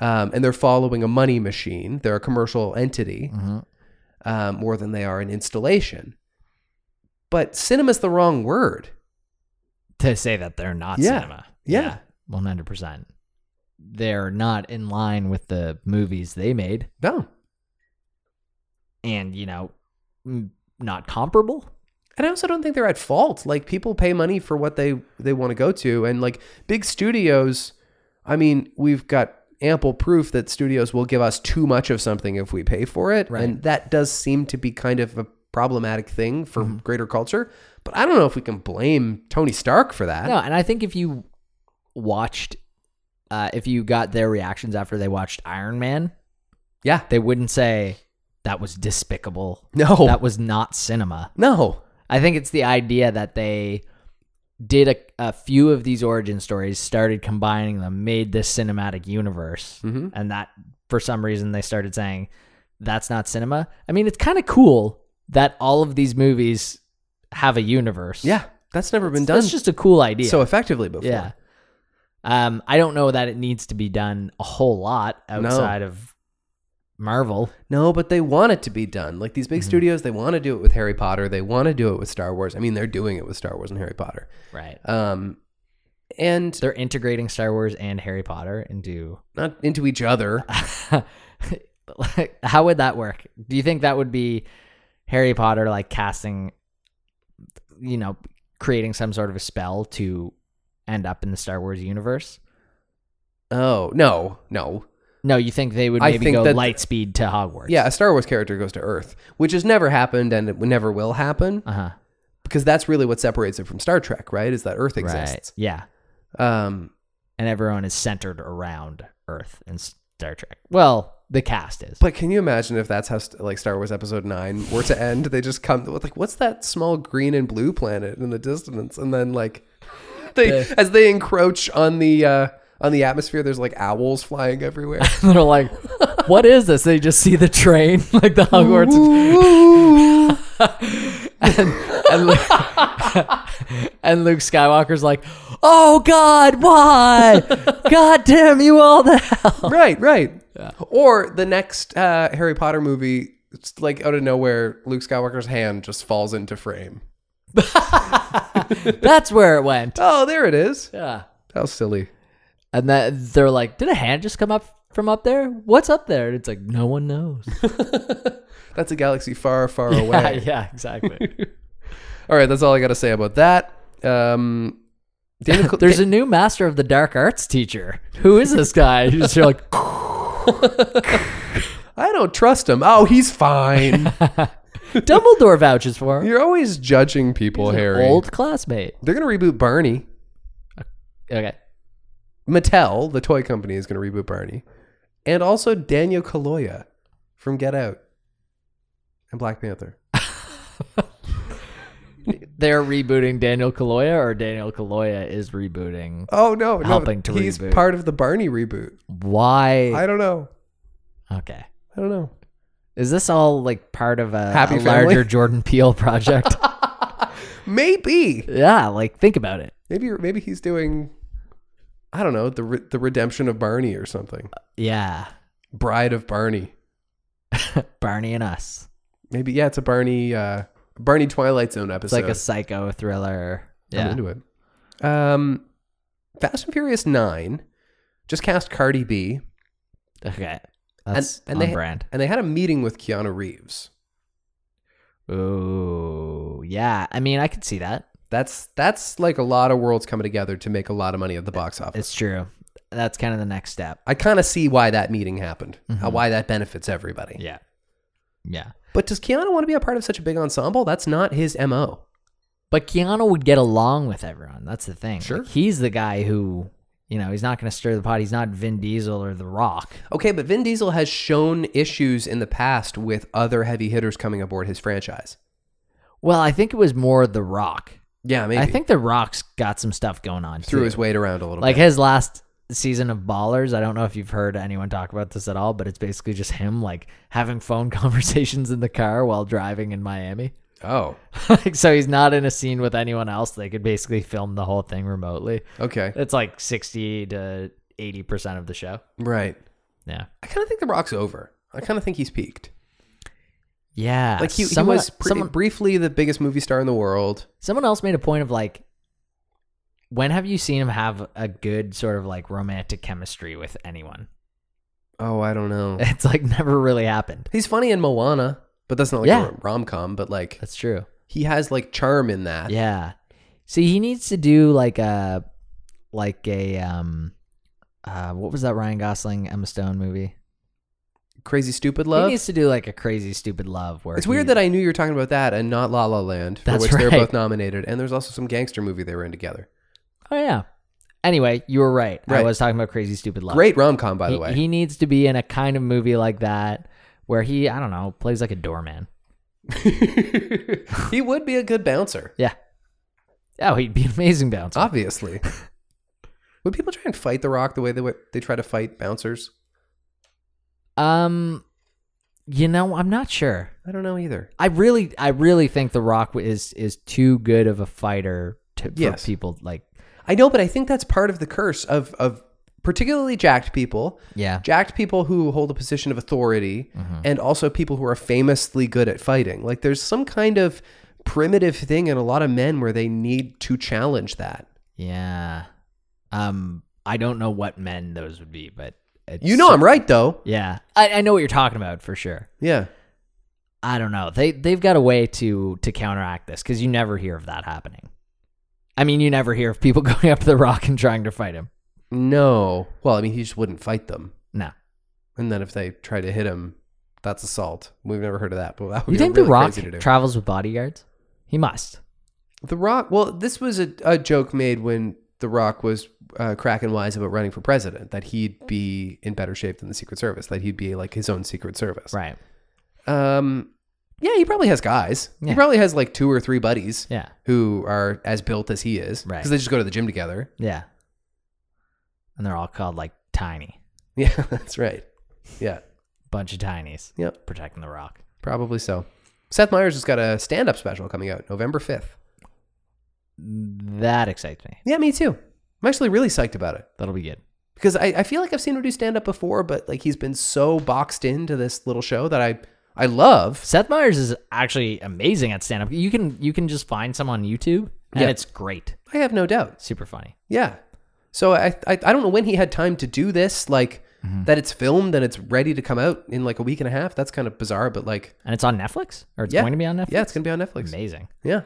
um, and they're following a money machine. They're a commercial entity
Mm-hmm.
uh, more than they are an installation. But cinema's the wrong word.
to say that they're not
Yeah.
cinema.
Yeah.
One hundred percent. They're not in line with the movies they made,
No.
and you know, m- not comparable.
And I also don't think they're at fault. Like people pay money for what they they want to go to, and like big studios. I mean, we've got ample proof that studios will give us too much of something if we pay for it,
Right.
and that does seem to be kind of a problematic thing for
Mm-hmm.
greater culture. But I don't know if we can blame Tony Stark for that.
No, and I think if you watched, uh, if you got their reactions after they watched Iron Man,
Yeah.
they wouldn't say that was despicable.
No.
that was not cinema.
No.
I think it's the idea that they did a, a few of these origin stories, started combining them, made this cinematic universe,
Mhm.
and that for some reason they started saying that's not cinema. I mean, it's kind of cool that all of these movies have a universe.
Yeah. That's never been done
that's just a cool idea.
so effectively before.
yeah. Um, I don't know that it needs to be done a whole lot outside of Marvel.
No, but they want it to be done. Like these big studios, they want to do it with Harry Potter. They want to do it with Star Wars. I mean, they're doing it with Star Wars and Harry Potter.
Right.
Um, and
They're integrating Star Wars and Harry Potter into
not into each other.
Like, how would that work? Do you think that would be Harry Potter like casting, you know, creating some sort of a spell to end up in the Star Wars universe?
Oh no, no.
No, you think they would
I
maybe
think
go
that-
light speed to Hogwarts?
Yeah, a Star Wars character goes to Earth, which has never happened and it never will happen
Uh huh.
because that's really what separates it from Star Trek, right? Is that Earth
Right.
exists.
Yeah.
Um,
And everyone is centered around Earth and Star Trek. Well, the cast is.
but can you imagine if that's how st- like Star Wars Episode Nine were to end? They just come with like, what's that small green and blue planet in the distance? And then like, they as they encroach on the uh, on the atmosphere, there's like owls flying everywhere.
they're like, what is this? They just see the train, like the Hogwarts. and, and, Luke, and Luke Skywalker's like, oh God, why? God damn you all the hell.
right, right. Or the next uh, Harry Potter movie, it's like out of nowhere, Luke Skywalker's hand just falls into frame.
That's where it went.
Oh, there it is.
Yeah.
How silly.
And that they're like, did a hand just come up from up there? What's up there? And it's like, no one knows.
That's a galaxy far, far away.
yeah, exactly.
All right, that's all I got to say about that. Um, David Cl-
There's a new master of the dark arts teacher. Who is this guy? He's just like,
I don't trust him. Oh, he's fine.
Dumbledore vouches for him.
You're always judging people,
An
Harry.
Old classmate.
They're going to reboot Barney.
Okay.
Mattel, the toy company, is going to reboot Barney. And also Daniel Kaluuya from Get Out and Black Panther.
They're rebooting Daniel Kaluuya, or Daniel Kaluuya is rebooting.
Oh no, no,
Helping to
he's
reboot.
part of the Barney reboot.
Why?
I don't know.
Okay.
I don't know.
Is this all like part of a,
Happy
a
family?
larger Jordan Peele project?
Maybe,
yeah, like think about it.
maybe, maybe he's doing. I don't know the re- the redemption of Barney or something.
Yeah.
Bride of Barney.
Barney and Us.
Maybe yeah, it's a Barney uh, Barney Twilight Zone
It's
episode.
like a psycho thriller.
I'm
Yeah.
into it. Um, Fast and Furious Nine just cast Cardi B,
Okay. That's
and
on
they-
brand.
and they had a meeting with Keanu Reeves.
Ooh. Yeah. I mean, I could see that.
That's that's like a lot of worlds coming together to make a lot of money at the box office.
It's true. That's kind of the next step.
I kind of see why that meeting happened, uh, why that benefits everybody.
Mm-hmm. Yeah. Yeah.
But does Keanu want to be a part of such a big ensemble? That's not his MO.
But Keanu would get along with everyone. That's the thing.
Sure.
Like, he's the guy who, you know, he's not going to stir the pot. He's not Vin Diesel or The Rock.
Okay, but Vin Diesel has shown issues in the past with other heavy hitters coming aboard his franchise.
Well, I think it was more The Rock.
Yeah, maybe.
I think The Rock's got some stuff going on.
threw
too.
his weight around a little
Like
bit.
his last season of Ballers, I don't know if you've heard anyone talk about this at all, but it's basically just him like having phone conversations in the car while driving in Miami.
Oh,
like, so he's not in a scene with anyone else. They could basically film the whole thing remotely.
okay.
It's like 60 to 80% of the show.
Right.
Yeah.
I kind of think The Rock's over. I kind of think he's peaked.
Yeah.
Like he, he
someone-
was pretty,
someone,
briefly the biggest movie star in the world.
someone else made a point of like when have you seen him have a good sort of like romantic chemistry with anyone?
Oh, I don't know.
It's like never really happened.
he's funny in Moana, but that's not like
Yeah.
a rom com. But like
That's true.
he has like charm in that.
Yeah. See, he needs to do like a like a um uh what was that Ryan Gosling Emma Stone movie?
Crazy stupid
He
love.
needs to do like a crazy stupid love where
It's weird that I knew you were talking about that and not La La Land, for
That's
which they were
right.
both nominated. And there's also some gangster movie they were in together.
Oh yeah. Anyway, you were right. I
Right.
was talking about crazy stupid love.
Great rom com, by
he,
the way.
He needs to be in a kind of movie like that where he, I don't know, plays like a doorman.
he would be a good bouncer,
Yeah. Oh, he'd be an amazing bouncer.
obviously. would people try and fight The Rock the way they would, they try to fight bouncers?
Um, you know, I'm not sure.
I don't know either.
I really, I really think The Rock is is too good of a fighter to for
Yes.
people like.
I know, but I think that's part of the curse of of particularly jacked people,
Yeah,
jacked people who hold a position of authority,
Mm-hmm.
and also people who are famously good at fighting. Like there's some kind of primitive thing in a lot of men where they need to challenge that.
yeah. Um, I don't know what men those would be, but it's,
You know I'm right though.
Yeah, I, I know what you're talking about for sure.
Yeah.
I don't know. They they've got a way to to counteract this because you never hear of that happening. I mean, you never hear of people going up to the Rock and trying to fight him.
No. Well, I mean, he just wouldn't fight them.
No.
And then if they tried to hit him, that's assault. We've never heard of that, but that would
You
be
think
really
the Rock
crazy to do.
travels with bodyguards? He must.
the Rock. Well, this was a, a joke made when The Rock was uh, cracking wise about running for president that he'd be in better shape than the Secret Service, that he'd be like his own Secret Service.
Right.
Um. Yeah, he probably has guys. He
Yeah.
probably has like two or three buddies
Yeah.
who are as built as he is,
Right.
Because they just go to the gym together.
Yeah. And they're all called like tiny.
Yeah, that's right. Yeah.
Bunch of tinies
Yep.
protecting the rock.
Probably so. Seth Meyers has got a stand up special coming out November 5th.
That excites me.
Yeah, me too. I'm actually really psyched about it
That'll be good.
because I, I feel like I've seen him do stand up before, but like he's been so boxed into this little show that I I love.
Seth Meyers is actually amazing at stand up. You can you can just find some on YouTube and
Yeah.
it's great.
I have no doubt.
Super funny.
Yeah. So I, I I don't know when he had time to do this. Like
Mm-hmm.
that it's filmed and it's ready to come out in like a week and a half. That's kind of bizarre, but like
And it's on Netflix? Or it's
yeah,
going to be on Netflix?
Yeah, it's gonna be on Netflix.
amazing.
Yeah.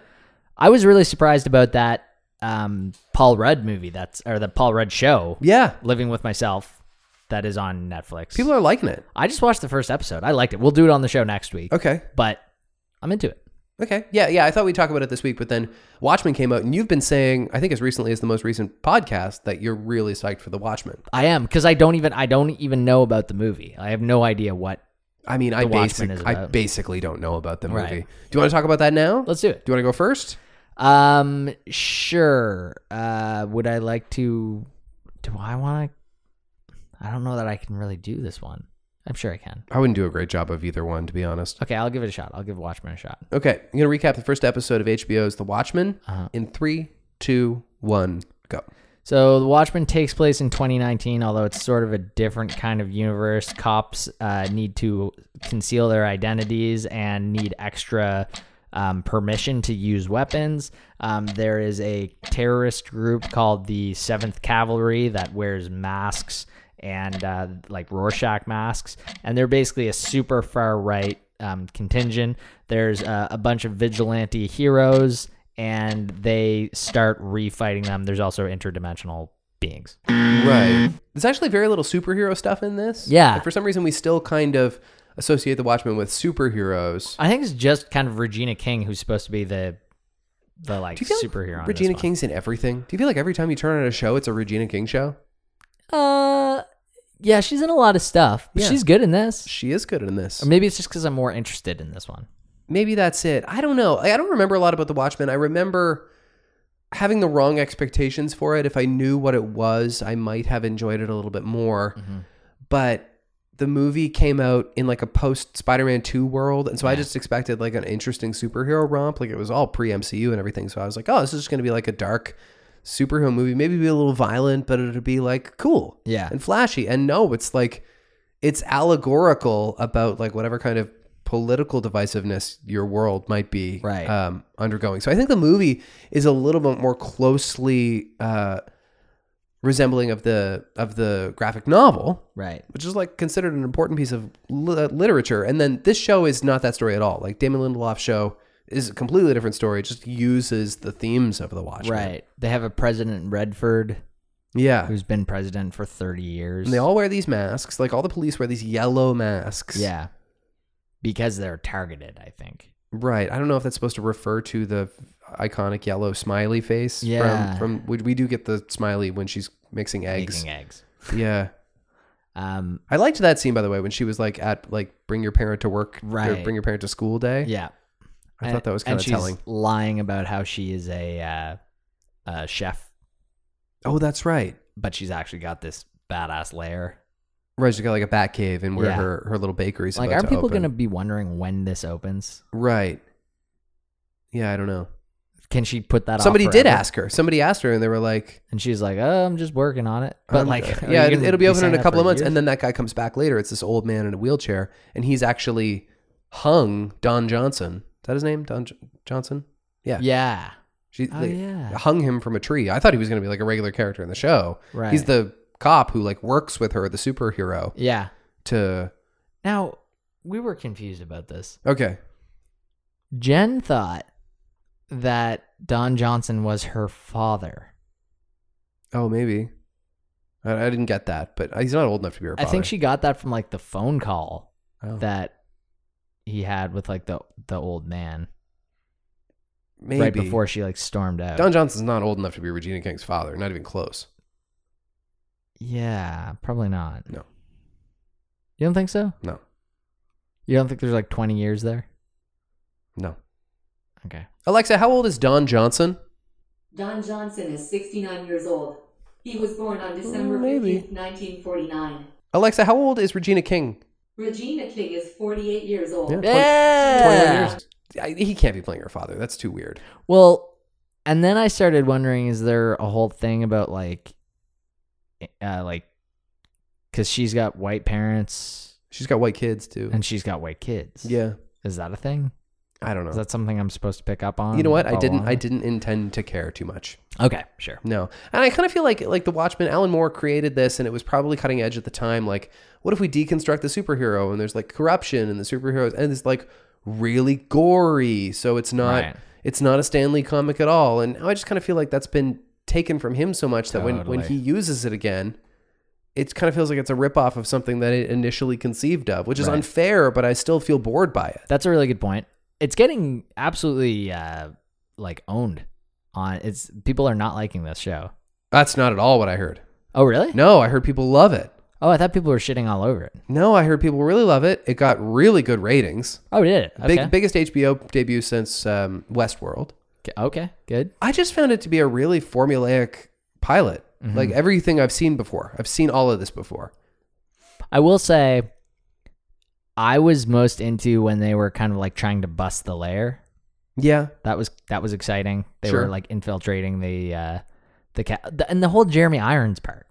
I was really surprised about that um, Paul Rudd movie that's or the Paul Rudd show,
Yeah.
Living with Myself, that is on Netflix.
People are liking it.
I just watched the first episode. I liked it. We'll do it on the show next week.
Okay.
But I'm into it.
Okay. Yeah, yeah. I thought we'd talk about it this week, but then Watchmen came out, and you've been saying, I think as recently as the most recent podcast, that you're really psyched for the Watchmen.
I am because I don't even I don't even know about the movie. I have no idea what.
I mean, I,
The Watchmen
basic,
is
I
about.
basically don't know about the movie.
Right.
Do you want to talk about that now?
Let's do it.
do you want to go first?
Um, sure. Uh, would I like to? Do I want to? I don't know that I can really do this one. I'm sure I can.
I wouldn't do a great job of either one, to be honest.
Okay, I'll give it a shot. I'll give Watchmen a shot.
Okay, I'm going to recap the first episode of HBO's The Watchmen
Uh-huh.
in three, two, one, go.
So the Watchmen takes place in 2019, although it's sort of a different kind of universe. Cops uh, need to conceal their identities and need extra um, permission to use weapons. Um, there is a terrorist group called the Seventh Cavalry that wears masks and uh, like Rorschach masks, and they're basically a super far right um, contingent. There's uh, a bunch of vigilante heroes and they start refighting them. There's also interdimensional beings.
Right. There's actually very little superhero stuff in this.
Yeah.
And for some reason, we still kind of associate the Watchmen with superheroes.
I think it's just kind of Regina King who's supposed to be the the like
Do you feel like
superhero. on
Regina
this one.
King's in everything? Do you feel like every time you turn on a show, it's a Regina King show?
Uh, yeah, she's in a lot of stuff. But
Yeah.
She's good in this.
She is good in this.
Or maybe it's just because I'm more interested in this one.
Maybe that's it. I don't know. I I don't remember a lot about The Watchmen. I remember having the wrong expectations for it. If I knew what it was, I might have enjoyed it a little bit more. But the movie came out in like a post Spider Man 2 world. And so I just expected like an interesting superhero romp. Like it was all pre MCU and everything. So I was like, oh, this is just going to be like a dark superhero movie. Maybe be a little violent, but it'll be like cool
Yeah.
and flashy. And no, it's like it's allegorical about like whatever kind of political divisiveness your world might be
Right.
um, undergoing. So I think the movie is a little bit more closely uh, resembling of the of the graphic novel,
Right.
which is like considered an important piece of li- uh, literature. And then this show is not that story at all. Like Damon Lindelof's show is a completely different story. It just uses the themes of The Watchmen.
Right. They have a president Redford
Yeah.
who's been president for 30 years.
And they all wear these masks. Like all the police wear these yellow masks.
Yeah. Because they're targeted, I think.
Right. I don't know if that's supposed to refer to the iconic yellow smiley face.
Yeah.
From, from we, we do get the smiley when she's mixing eggs.
Making eggs.
Yeah.
Um,
I liked that scene by the way when she was like at like bring your parent to work or
Right.
bring your parent to school day.
yeah.
I thought that was
And-
kinda
and she's
telling.
lying about how she is a, uh, a chef,
Oh, that's right.
but she's actually got this badass lair.
Right, she's got like a bat cave and where
Yeah.
her, her little bakery's
Like,
about
are
to
people
open.
going to be wondering when this opens?
Right. Yeah, I don't know.
Can she put that off
Somebody did
forever?
ask her. Somebody asked her and they were like
And she's like, oh, I'm just working on it. But,
um,
like, are
yeah,
you
it,
gonna
will be open
saying
in a
that
couple
for
of months,
years?
and then that guy comes back later. It's this old man in a wheelchair, and he's actually hung Don Johnson. Is that his name? Don J- Johnson. Yeah,
Yeah.
She
Oh,
they
yeah.
hung him from a tree. I thought he was going to be like a regular character in the show. He's
Right.
the cop who like works with her, the superhero.
Yeah.
To
Now, we were confused about this.
okay,
Jen thought that Don Johnson was her father.
oh maybe. I, I didn't get that, but he's not old enough to be her
I
father.
think she got that from like the phone call
Oh.
that he had with like the the old man
maybe
right before she like stormed out.
Don Johnson's not old enough to be Regina King's father. Not even close.
yeah, probably not.
No.
You don't think so?
No,
You don't think there's like 20 years there?
no.
Okay.
Alexa, how old is Don Johnson?
Don Johnson is 69 years old. He was born on December
maybe.
15, 1949.
Alexa, how old is Regina King?
Regina King is 48 years old.
Yeah. 21
Yeah.
years. I, he can't be playing her father. That's too weird.
Well, and then I started wondering is there a whole thing about like uh like cuz she's got white parents
She's got white kids too.
and she's got white kids.
yeah,
Is that a thing?
I don't know.
Is that something I'm supposed to pick up on?
you know what?
and
I
follow
didn't.
on
I
with?
didn't intend to care too much.
Okay, sure.
No, and I kind of feel like like the Watchmen. Alan Moore created this, and it was probably cutting edge at the time. Like, what if we deconstruct the superhero and there's like corruption and the superheroes and it's like really gory, so it's not
Right.
it's not a Stanley comic at all. And now I just kind of feel like that's been taken from him so much that when when
Totally.
he uses it again. It kind of feels like it's a ripoff of something that it initially conceived of, which is
Right.
unfair, but I still feel bored by it.
That's a really good point. It's getting absolutely uh like owned on it's people are not liking this show.
That's not at all what I heard.
Oh, really?
No, I heard people love it.
Oh, I thought people were shitting all over it.
No, I heard people really love it. It got really good ratings.
Oh, did it? Okay.
Big, biggest HBO debut since um, Westworld.
okay, good.
I just found it to be a really formulaic pilot.
Mm-hmm.
Like everything I've seen before. I've seen all of this before.
I will say I was most into when they were kind of like trying to bust the lair.
Yeah.
That was that was exciting. They
Sure.
were like infiltrating the uh the cat and the whole Jeremy Irons part,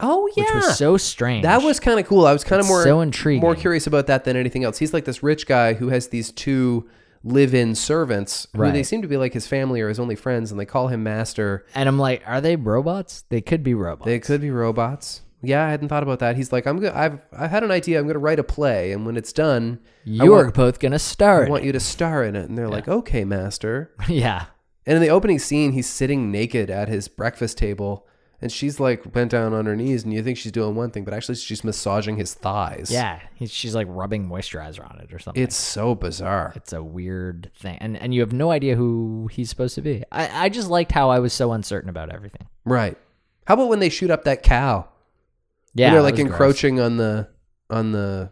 Oh yeah.
which was so strange.
that was kind of cool. I was kind of
It's
more
so intriguing.
more curious about that than anything else. He's like this rich guy who has these two live-in servants who they
Right.
seem to be like his family or his only friends, and they call him master.
And I'm like, are they robots? They could be robots.
They could be robots. Yeah, I hadn't thought about that. He's like, I'm. Go- I've. I've had an idea. I'm going to write a play, and when it's done, I
You are
want,
both gonna
I
start.
want you to star in it. And they're like, Okay, master.
yeah.
And in the opening scene, he's sitting naked at his breakfast table, and she's like bent down on her knees, and you think she's doing one thing, but actually she's massaging his thighs.
Yeah. He, she's like rubbing moisturizer on it or something.
it's so bizarre.
it's a weird thing. And and you have no idea who he's supposed to be. I, I just liked how I was so uncertain about everything.
Right. How about when they shoot up that cow?
Yeah.
they're
that
like
was gross.
encroaching on the on the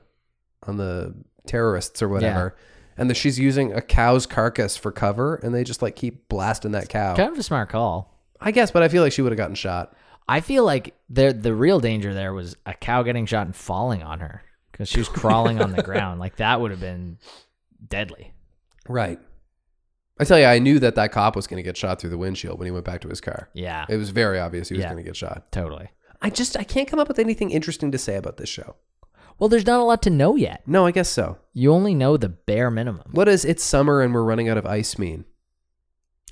on the terrorists or whatever. And that she's using a cow's carcass for cover, and they just like keep blasting that cow.
Kind of a smart call.
I guess, but I feel like she would have gotten shot.
I feel like the the real danger there was a cow getting shot and falling on her because she was crawling on the ground. Like that would have been deadly.
Right. I tell you, I knew that that cop was going to get shot through the windshield when he went back to his car.
Yeah.
It was very obvious he was
Yeah.
going to get shot.
totally.
I just I can't come up with anything interesting to say about this show.
Well, there's not a lot to know yet.
No, I guess so.
You only know the bare minimum.
What does it's summer and we're running out of ice mean?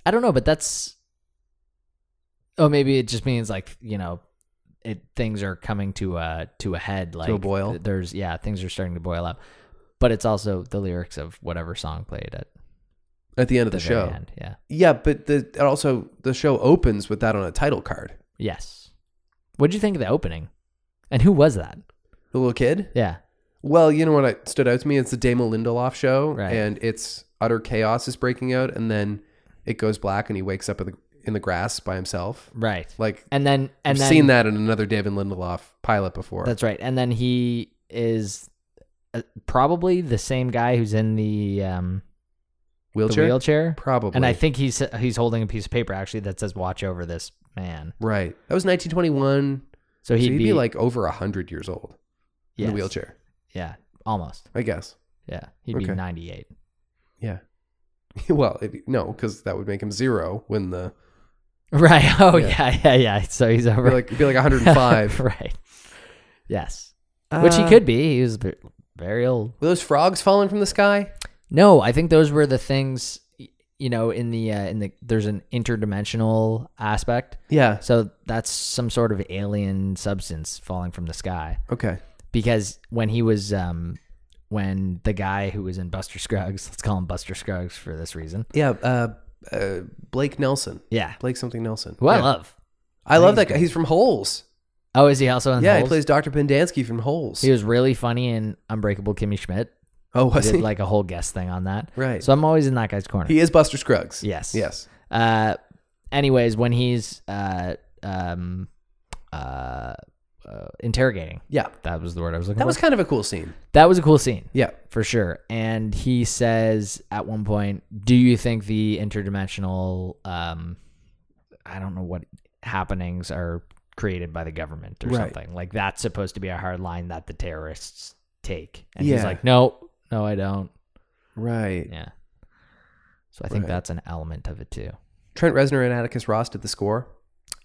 I don't know, but that's. Oh, maybe it just means like you know, it things are coming to a to a head. Like
boil.
th- There's yeah, things are starting to boil up, but it's also the lyrics of whatever song played at
At the end of
the,
the,
very
show.
end. Yeah.
Yeah, but the and also the show opens with that on a title card.
Yes. What'd you think of the opening? And who was that?
The little kid.
Yeah.
Well, you know what I, stood out to me? It's the Damon Lindelof show,
Right.
and it's utter chaos is breaking out, and then it goes black, and he wakes up in the in the grass by himself.
Right.
Like
and then and
I've
then
seen that in another David Lindelof pilot before.
That's right. And then he is uh, probably the same guy who's in the um
wheelchair.
the wheelchair.
Probably.
And I think he's he's holding a piece of paper actually that says "Watch over this man."
right. That was 1921.
So
So
he'd,
he'd, be, like over hundred years old in
yes.
the wheelchair,
Yeah, almost.
I guess.
Yeah, he'd be
Okay.
98.
Yeah. well, it, no, because that would make him zero when the
Right. Oh yeah,
Yeah.
yeah, yeah. So he's
be
over
like be like 105.
right. Yes. Which he
Uh,
could be. He was ve- very old.
Were those frogs falling from the sky?
No, I think those were the things y- you know in the uh, in the there's an interdimensional aspect.
Yeah.
So that's some sort of alien substance falling from the sky.
Okay.
Because when he was, um, when the guy who was in Buster Scruggs, let's call him Buster Scruggs for this reason.
Yeah. Uh, uh, Blake Nelson.
Yeah.
Blake something Nelson.
Who I
Yeah.
love.
I love that guy. He's from Holes.
Oh, is he also in
Yeah,
Holes?
he plays Dr. Pendansky from Holes.
He was really funny in Unbreakable Kimmy Schmidt.
oh, was
He
he?
did like a whole guest thing on that.
Right.
So I'm always in that guy's corner.
he is Buster Scruggs.
Yes.
Yes.
Uh, anyways, when he's uh, um, uh, uh, interrogating,
Yeah.
that was the word I was looking
That
for.
was kind of a cool scene.
that was a cool scene.
Yeah.
for sure. And he says at one point, "Do you think the interdimensional, um, I don't know what happenings are created by the government or
Right.
something like that's supposed to be a hard line that the terrorists take?" And he's
Yeah.
like, "No, no, I don't."
Right.
Yeah. So I think
Right.
that's an element of it too.
Trent Reznor and Atticus Ross did the score.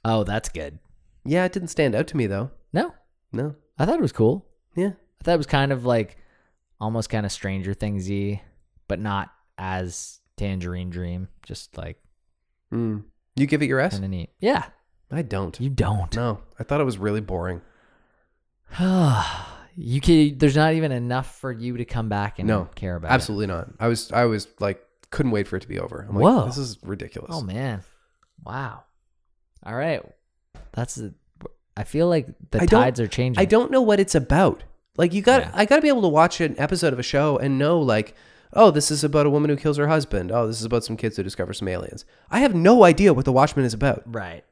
Oh, that's good.
Yeah, it didn't stand out to me though.
No,
No.
I thought it was cool.
Yeah.
I thought it was kind of like almost kind of Stranger Thingsy, but not as Tangerine Dream. Just like
Mm. You give it your S?
kind of neat. Yeah.
I don't.
You don't.
No. I thought it was really boring.
you can. There's not even enough for you to come back and
No.
care about. it.
Absolutely not. I was I was like couldn't wait for it to be over. I'm like,
Whoa.
this is ridiculous.
Oh man. Wow. All right. That's. the- I feel like the
I don't-
tides are changing.
I don't know what it's about. Like you got
Yeah.
I got to be able to watch an episode of a show and know like, oh, this is about a woman who kills her husband. Oh, this is about some kids who discover some aliens. I have no idea what The Watchmen is about.
Right.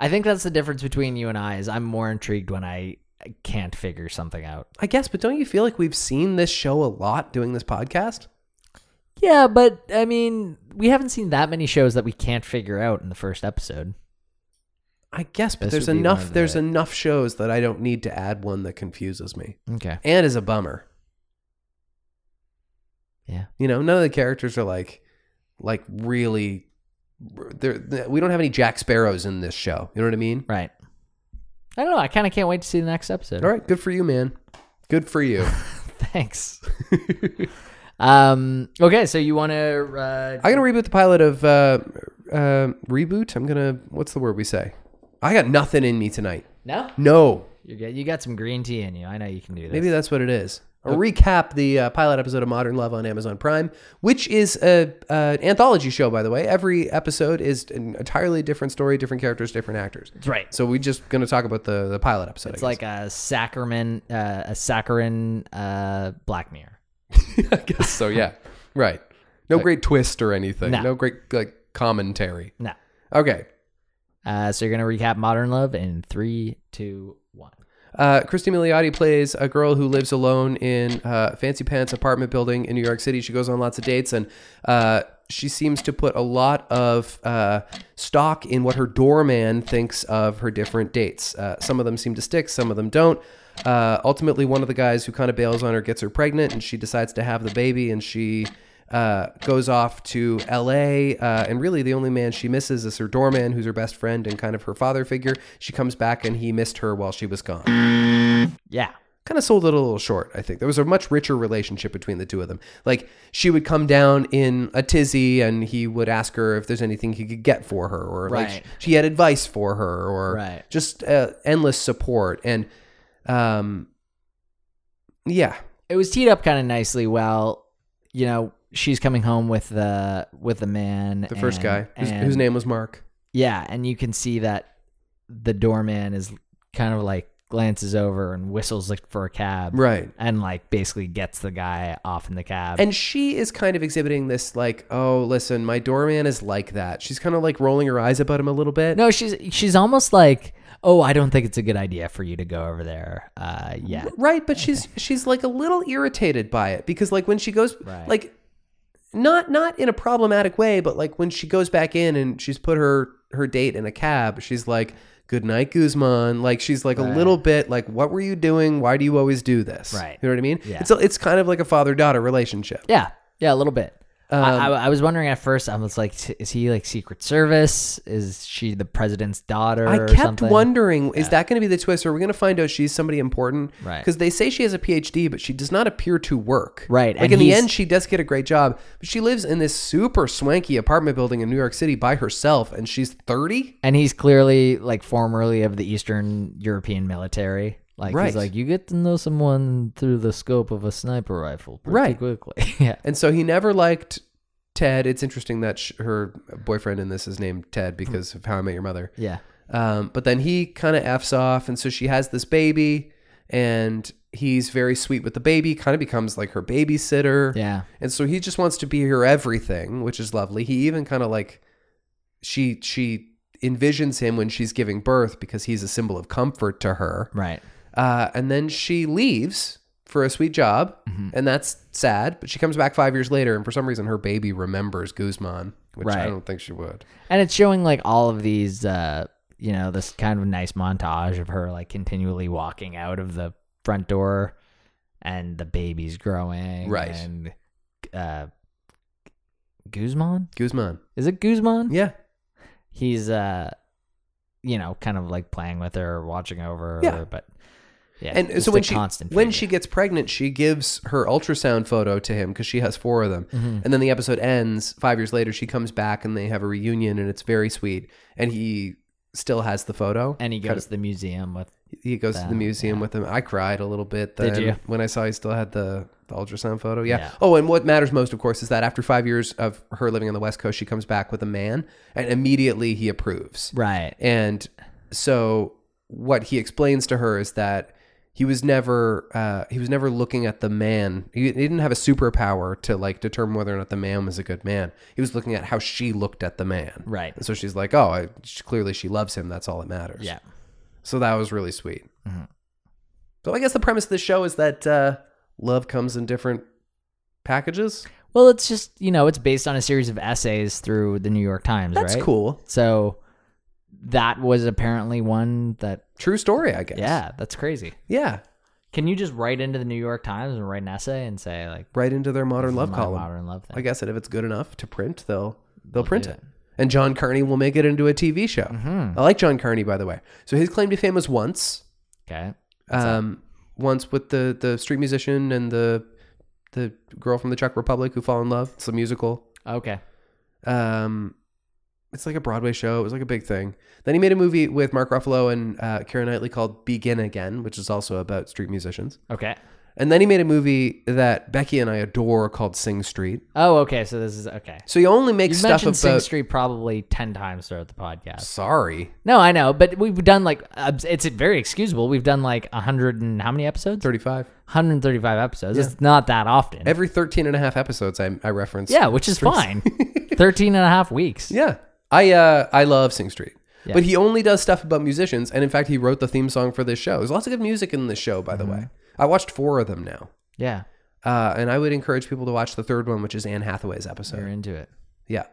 I think that's the difference between you and I. Is I'm more intrigued when I I can't figure something out.
I guess, but don't you feel like we've seen this show a lot doing this podcast?
Yeah, but I mean, we haven't seen that many shows that we can't figure out in the first episode.
I guess, but
This
there's
would be one
enough
of
there's
the-
enough shows that I don't need to add one that confuses me
Okay.
and is a bummer.
Yeah.
You know, none of the characters are like like really there we don't have any Jack Sparrows in this show. You know what I mean?
Right. I don't know. I kind of can't wait to see the next episode.
All right, good for you, man. Good for you.
Thanks. um. Okay. So you want to? Uh,
I'm gonna reboot the pilot of uh, uh, reboot. I'm gonna what's the word we say? I got nothing in me tonight.
no.
No,
You got you got some green tea in you. I know you can do this.
maybe that's what it is. I'll recap the uh, pilot episode of Modern Love on Amazon Prime, which is a, an anthology show, by the way. Every episode is an entirely different story, different characters, different actors.
that's right.
So we're just gonna talk about the the pilot episode.
It's
I
like
guess.
a saccharin, uh, a saccharin uh, black mirror.
I guess so. Yeah, right. No great twist or anything.
No.
no great like commentary.
No.
Okay.
Uh, so you're gonna recap Modern Love in three, two, one.
Uh, Christy Miliotti plays a girl who lives alone in uh, fancy pants apartment building in New York City. She goes on lots of dates, and uh, she seems to put a lot of uh, stock in what her doorman thinks of her different dates. Uh, some of them seem to stick, some of them don't. Uh, ultimately, one of the guys who kind of bails on her gets her pregnant, and she decides to have the baby, and she uh, goes off to LA, uh, and really the only man she misses is her doorman, who's her best friend and kind of her father figure. She comes back, and he missed her while she was gone.
Yeah.
kind of sold it a little short, I think. There was a much richer relationship between the two of them. Like she would come down in a tizzy and he would ask her if there's anything he could get for her or
Right.
like she had advice for her or
Right.
just uh, endless support and um yeah,
it was teed up kind of nicely. Well, you know, she's coming home with the with the man,
the first
and-
guy whose,
and-
whose name was Mark.
Yeah, and you can see that the doorman is kind of like glances over and whistles like for a cab,
Right.
and like basically gets the guy off in the cab.
And she is kind of exhibiting this like, oh, listen, my doorman is like that. She's kind of like rolling her eyes about him a little bit.
no, she's she's almost like, oh, I don't think it's a good idea for you to go over there. Uh, yeah,
Right, but she's she's like a little irritated by it because like when she goes
Right.
like not not in a problematic way, but like when she goes back in and she's put her her date in a cab, she's like, "Good night, Guzman." Like she's like a little bit like, "What were you doing? Why do you always do this?"
Right.
You know what I mean?
Yeah.
It's it's kind of like a father daughter relationship.
yeah, yeah, a little bit.
Um,
I, I, I was wondering at first. I was like, is he like Secret Service? Is she the president's daughter?
I
or
kept
something?
wondering, is that going to be the twist? Are we going to find out she's somebody important?
Right.
Because they say she has a PhD, but she does not appear to work.
Right,
Like
and
in the
he's-
end, she does get a great job, but she lives in this super swanky apartment building in New York City by herself, and she's 30?
and he's clearly like formerly of the Eastern European military. Like
Right.
he's like you get to know someone through the scope of a sniper rifle pretty
Right.
quickly. yeah.
And so he never liked Ted. It's interesting that sh- her boyfriend in this is named Ted because of How I Met Your Mother.
Yeah.
Um, but then he kind of f's off, and so she has this baby, and he's very sweet with the baby. Kind of becomes like her babysitter.
Yeah.
And so he just wants to be her everything, which is lovely. He even kind of like she she envisions him when she's giving birth because he's a symbol of comfort to her.
Right.
Uh, and then she leaves for a sweet job, and that's sad. But she comes back five years later, and for some reason her baby remembers Guzman, which I
Right.
don't think she would.
And it's showing like all of these uh you know, this kind of nice montage of her like continually walking out of the front door and the baby's growing.
Right.
And uh Guzman?
Guzman,
Is it Guzman?
yeah,
he's uh you know kind of like playing with her or watching over
Yeah.
her but yeah
and
just
so
a
when she
constant
when
figure.
she gets pregnant, she gives her ultrasound photo to him because she has four of them.
Mm-hmm.
And then the episode ends five years later. She comes back and they have a reunion, and it's very sweet. And he still has the photo.
and he goes
Kind
to the museum with
of- he goes to the
them,
museum with him. I cried a little bit. Then
Did you?
When I saw he still had the, the ultrasound photo. Yeah.
Yeah.
Oh, and what matters most, of course, is that after five years of her living on the West Coast, she comes back with a man, and immediately he approves.
right
And so what he explains to her is that he was never uh, he was never looking at the man. He, he didn't have a superpower to like determine whether or not the man was a good man. He was looking at how she looked at the man.
Right.
And so she's like, "Oh, I, she, clearly she loves him. That's all that matters."
yeah
So that was really sweet.
Mhm.
So I guess the premise of the show is that uh, love comes in different packages.
well it's just you know it's based on a series of essays through the new york times
That's
right
cool.
so that was apparently one that
True story, I guess.
yeah that's crazy
Yeah.
can you just write into the new york times and write an essay and say like
Right into their modern
this is
love
my
column.
modern love thing
I guess that if it's good enough to print, they'll they'll print
do
it.
it. Mm-hmm.
And John Kearney will make it into a TV show.
Hmm.
I like John Kearney, by the way. So his claim to fame was once,
okay
um, once with the the street musician and the the girl from the Czech Republic who fall in love. It's a musical.
okay
Um, it's like a Broadway show. It was like a big thing. Then he made a movie with Mark Ruffalo and uh, Karen Knightley called Begin Again, which is also about street musicians.
okay
And then he made a movie that Becky and I adore called Sing Street.
oh okay so this is okay
So he only makes
You
stuff
mentioned
about.
Sing Street probably ten times throughout the podcast.
Sorry.
No, I know, but we've done like abs- it's very excusable. We've done like hundred and how many episodes?
35.
135 episodes. It's not that often.
Every 13 and a half episodes I, I reference.
yeah, which is fine. 13 and a half weeks.
Yeah. I, uh, I love Sing Street.
Yeah.
But he only does stuff about musicians. And in fact, he wrote the theme song for this show. There's lots of good music in this show, by the way.
Mm-hmm.
I watched four of them now.
Yeah,
Uh, and I would encourage people to watch the third one, which is Anne Hathaway's episode.
you're into it.
Yeah.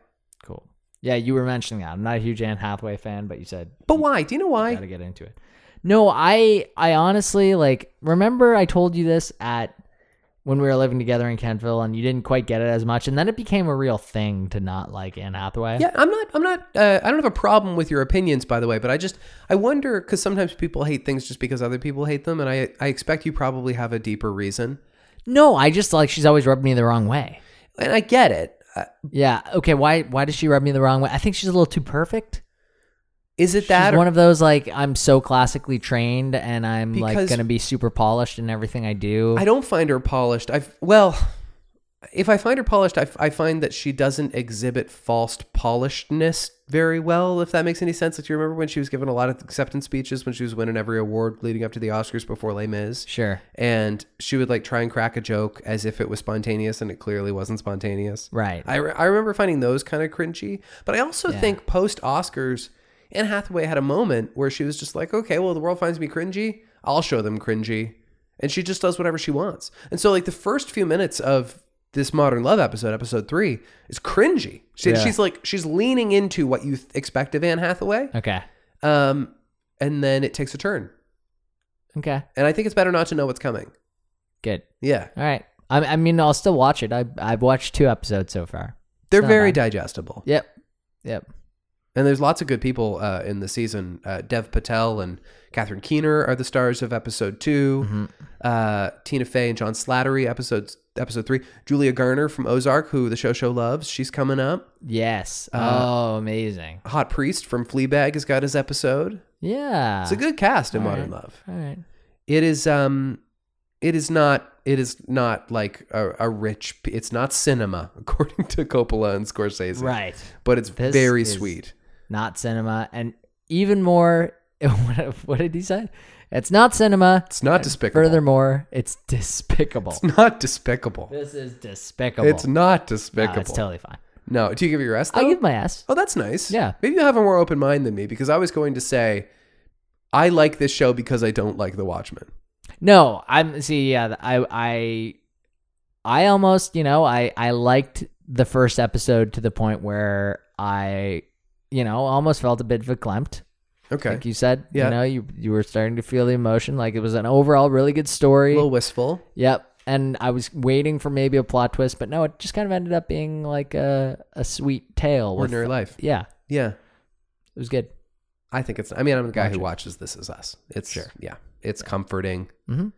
Cool. Yeah, you were mentioning that. I'm not a huge Anne Hathaway fan, but you said
But why? Do you know why?
got to get into it. No, I I honestly like remember I told you this at when we were living together in Kentville, and you didn't quite get it as much, and then it became a real thing to not like Anne Hathaway.
Yeah, I'm not. I'm not. Uh, I don't have a problem with your opinions, by the way. But I just, I wonder because sometimes people hate things just because other people hate them, and I, I expect you probably have a deeper reason,
No, I just like she's always rubbed me the wrong way.
and I get it. Uh,
Yeah. Okay. Why? Why does she rub me the wrong way? I think she's a little too perfect.
Is it that
She's
or-
one of those like I'm so classically trained and I'm like
Because-
gonna be super polished in everything I do.
I don't find her polished. I've well, if I find her polished, I, I find that she doesn't exhibit false polishedness very well. If that makes any sense, like you remember when she was given a lot of acceptance speeches when she was winning every award leading up to the Oscars before Les Mis,
sure.
and she would like try and crack a joke as if it was spontaneous, and it clearly wasn't spontaneous.
Right.
I, re- I remember finding those kind of cringy. But I also think post Oscars, Anne Hathaway had a moment where she was just like, okay, well, the world finds me cringy. I'll show them cringy. And she just does whatever she wants. And so, like, the first few minutes of this Modern Love episode, episode three, is cringy. She, She's like, she's leaning into what you th- expect of Anne Hathaway.
okay.
Um, and then it takes a turn.
Okay.
And I think it's better not to know what's coming.
Good.
Yeah.
All right. I, I mean, I'll still watch it. I I've watched two episodes so far.
They're
not
very
bad.
digestible.
Yep. Yep.
And there's lots of good people uh, in the season. Uh, Dev Patel and Catherine Keener are the stars of episode 2
Mm-hmm.
Uh, Tina Fey and John Slattery, episode episode three. Julia Garner from Ozark, who the show show loves, she's coming up. Uh,
Yes. oh, amazing.
Hot Priest from Fleabag has got his episode.
Yeah.
It's a good cast in
All
Modern
right.
Love.
All right.
It is um, it is not it is not like a, a rich. p- It's not cinema according to Coppola and Scorsese,
Right.
But it's
This
very
is-
sweet.
Not cinema, and even more. What, what did he say? It's not cinema.
It's not despicable.
Furthermore, it's despicable.
it's not despicable.
This is despicable.
It's not
No,
despicable.
it's totally fine.
No, do you give it your S though?
I give my ass.
oh, that's nice.
Yeah.
Maybe you have a more open mind than me because I was going to say, I like this show because I don't like The Watchmen.
No, I'm see. Yeah, I I I almost you know I I liked the first episode to the point where I you know almost felt a bit verklempt.
Okay.
Like you said,
Yeah.
you know you you were starting to feel the emotion. Like it was an overall really good story.
A little wistful.
Yep. And I was waiting for maybe a plot twist, but no, it just kind of ended up being like a a sweet tale. with-
Ordinary life.
Yeah,
Yeah.
it was good.
I think it's, I mean, I'm the guy
Watch
who
it.
watches This Is Us. It's, sure. yeah, it's comforting.
Mhm.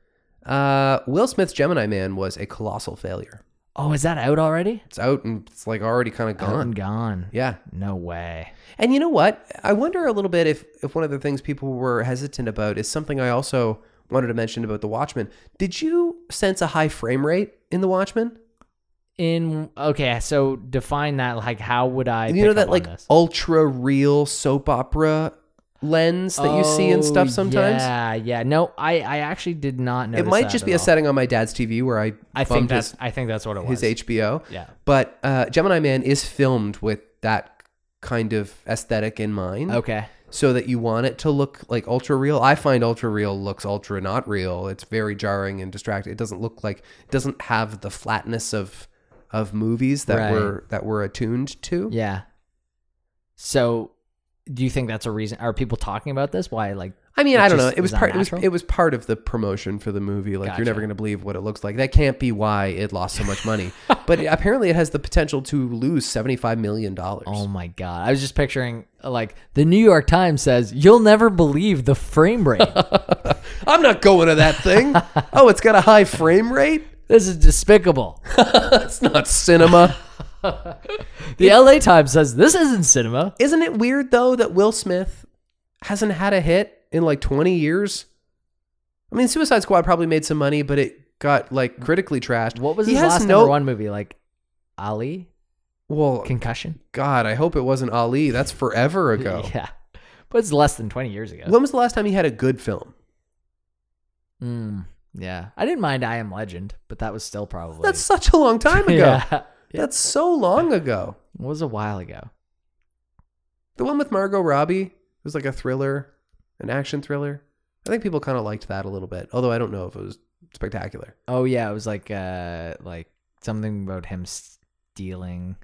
Uh, Will Smith's Gemini Man was a colossal failure.
Oh, is that out already?
It's out and it's like already kind of
Out
gone.
and gone.
Yeah.
No way.
And you know what? I wonder a little bit if, if one of the things people were hesitant about is something I also wanted to mention about The Watchmen. Did you sense a high frame rate in The Watchmen?
In okay, so define that. Like, how would I?
you
pick
know
up
that
on
like
this?
ultra real soap opera lens that you see in
Oh,
stuff sometimes?
Yeah, yeah. No, I I actually did not know.
It might just be a
set.
setting on my dad's TV where I,
I think
bumped
that's
his,
I think that's what it was.
his HBO.
Yeah.
But uh, Gemini Man is filmed with that kind of aesthetic in mind.
Okay.
so that you want it to look like ultra real. I find ultra real looks ultra not real. It's very jarring and distracting. It doesn't look like it doesn't have the flatness of of movies that
Right.
were that were attuned to.
Yeah. So, do you think that's a reason? Are people talking about this? Why like?
I mean,
It
I don't know.
just
It was
is
part. It was,
unnatural?
it was part of the promotion for the movie. Like you're never
Gotcha.
going to believe what it looks like. That can't be why it lost so much money. but it, apparently, it has the potential to lose seventy five million dollars.
Oh my god! I was just picturing uh, like the New York Times says you'll never believe the frame rate.
I'm not going to that thing. oh, it's got a high frame rate.
this is despicable.
That's not cinema.
The LA Times says this isn't cinema.
Isn't it weird though that Will Smith hasn't had a hit in like 20 years? I mean, Suicide Squad probably made some money, but it got like critically trashed.
What was
he
his
has
last
no,
number one movie? Like Ali
Well,
Concussion.
God, I hope it wasn't Ali. That's forever ago.
Yeah, but it's less than twenty years ago.
When was the last time he had a good film?
Mm, yeah, I didn't mind I Am Legend, but that was still probably
That's such a long time ago.
yeah,
That's so long ago.
it was a while ago.
The one with Margot Robbie it was like a thriller, an action thriller. I think people kind of liked that a little bit, although I don't know if it was spectacular.
Oh yeah, it was like uh like something about him stealing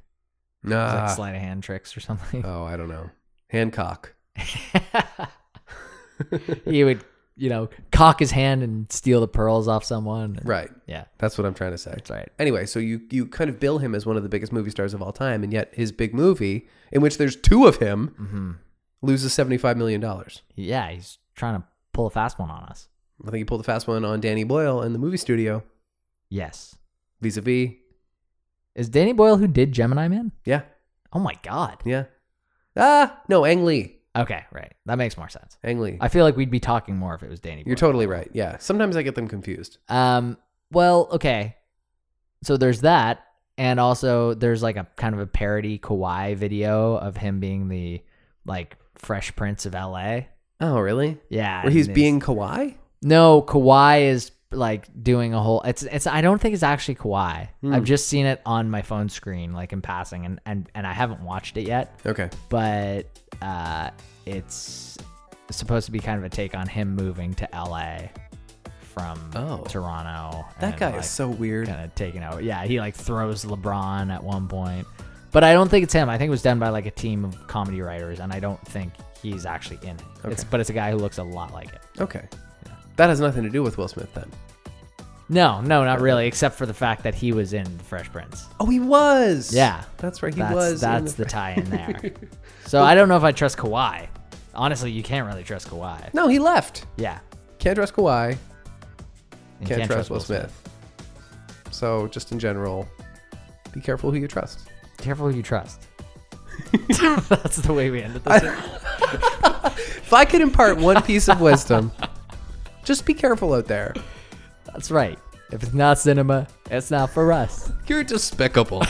it was like
Nah.
sleight of hand tricks or something.
Oh, I don't know. Hancock.
he would you know, cock his hand and steal the pearls off someone.
Right.
Yeah.
That's what I'm trying to say. That's
right.
Anyway, so you you kind of bill him as one of the biggest movie stars of all time, and yet his big movie, in which there's two of him, loses seventy five million dollars.
Mm-hmm. Yeah, he's trying to pull a fast one on us.
I think he pulled a fast one on Danny Boyle and the movie studio
Yes.
vis a vis.
Is Danny Boyle who did Gemini Man?
Yeah,
Oh my god.
yeah. Ah, no, Ang Lee.
Okay, right. That makes more sense.
Ang Lee.
I feel like we'd be talking more if it was Danny Boyle.
You're totally right. Yeah. Sometimes I get them confused.
Um, well, okay. So there's that, and also there's like a kind of a parody Kawhi video of him being the like Fresh Prince of L.A.
Oh, really?
Yeah,
Where he's
and it's-
being Kawhi?
no Kawhi is like doing a whole. It's it's. I don't think it's actually Kawhi.
Hmm.
I've just seen it on my phone screen, like in passing, and and and I haven't watched it yet.
Okay.
But uh, it's supposed to be kind of a take on him moving to L.A. from
Oh.
Toronto.
That
and,
guy
like,
is so weird.
kind of taken over. Yeah, he like throws LeBron at one point. But I don't think it's him. I think it was done by like a team of comedy writers, and I don't think he's actually in it. It's, but it's a guy who looks a lot like it.
Okay. That has nothing to do with Will Smith then.
No, no, not really, except for the fact that he was in Fresh Prince.
Oh, he was.
Yeah.
That's right. He
that's
was. in
that's the, tie in there. so I don't know if I trust Kawhi. Honestly, you can't really trust Kawhi.
No, he left.
Yeah.
Can't trust Kawhi.
You
Can't, trust, Will Smith. So, just in general, be careful who you trust.
Careful who you trust. that's the way we ended this.
If I could impart one piece of wisdom, just be careful out there.
That's right. If it's not cinema, it's not for us.
You're despicable.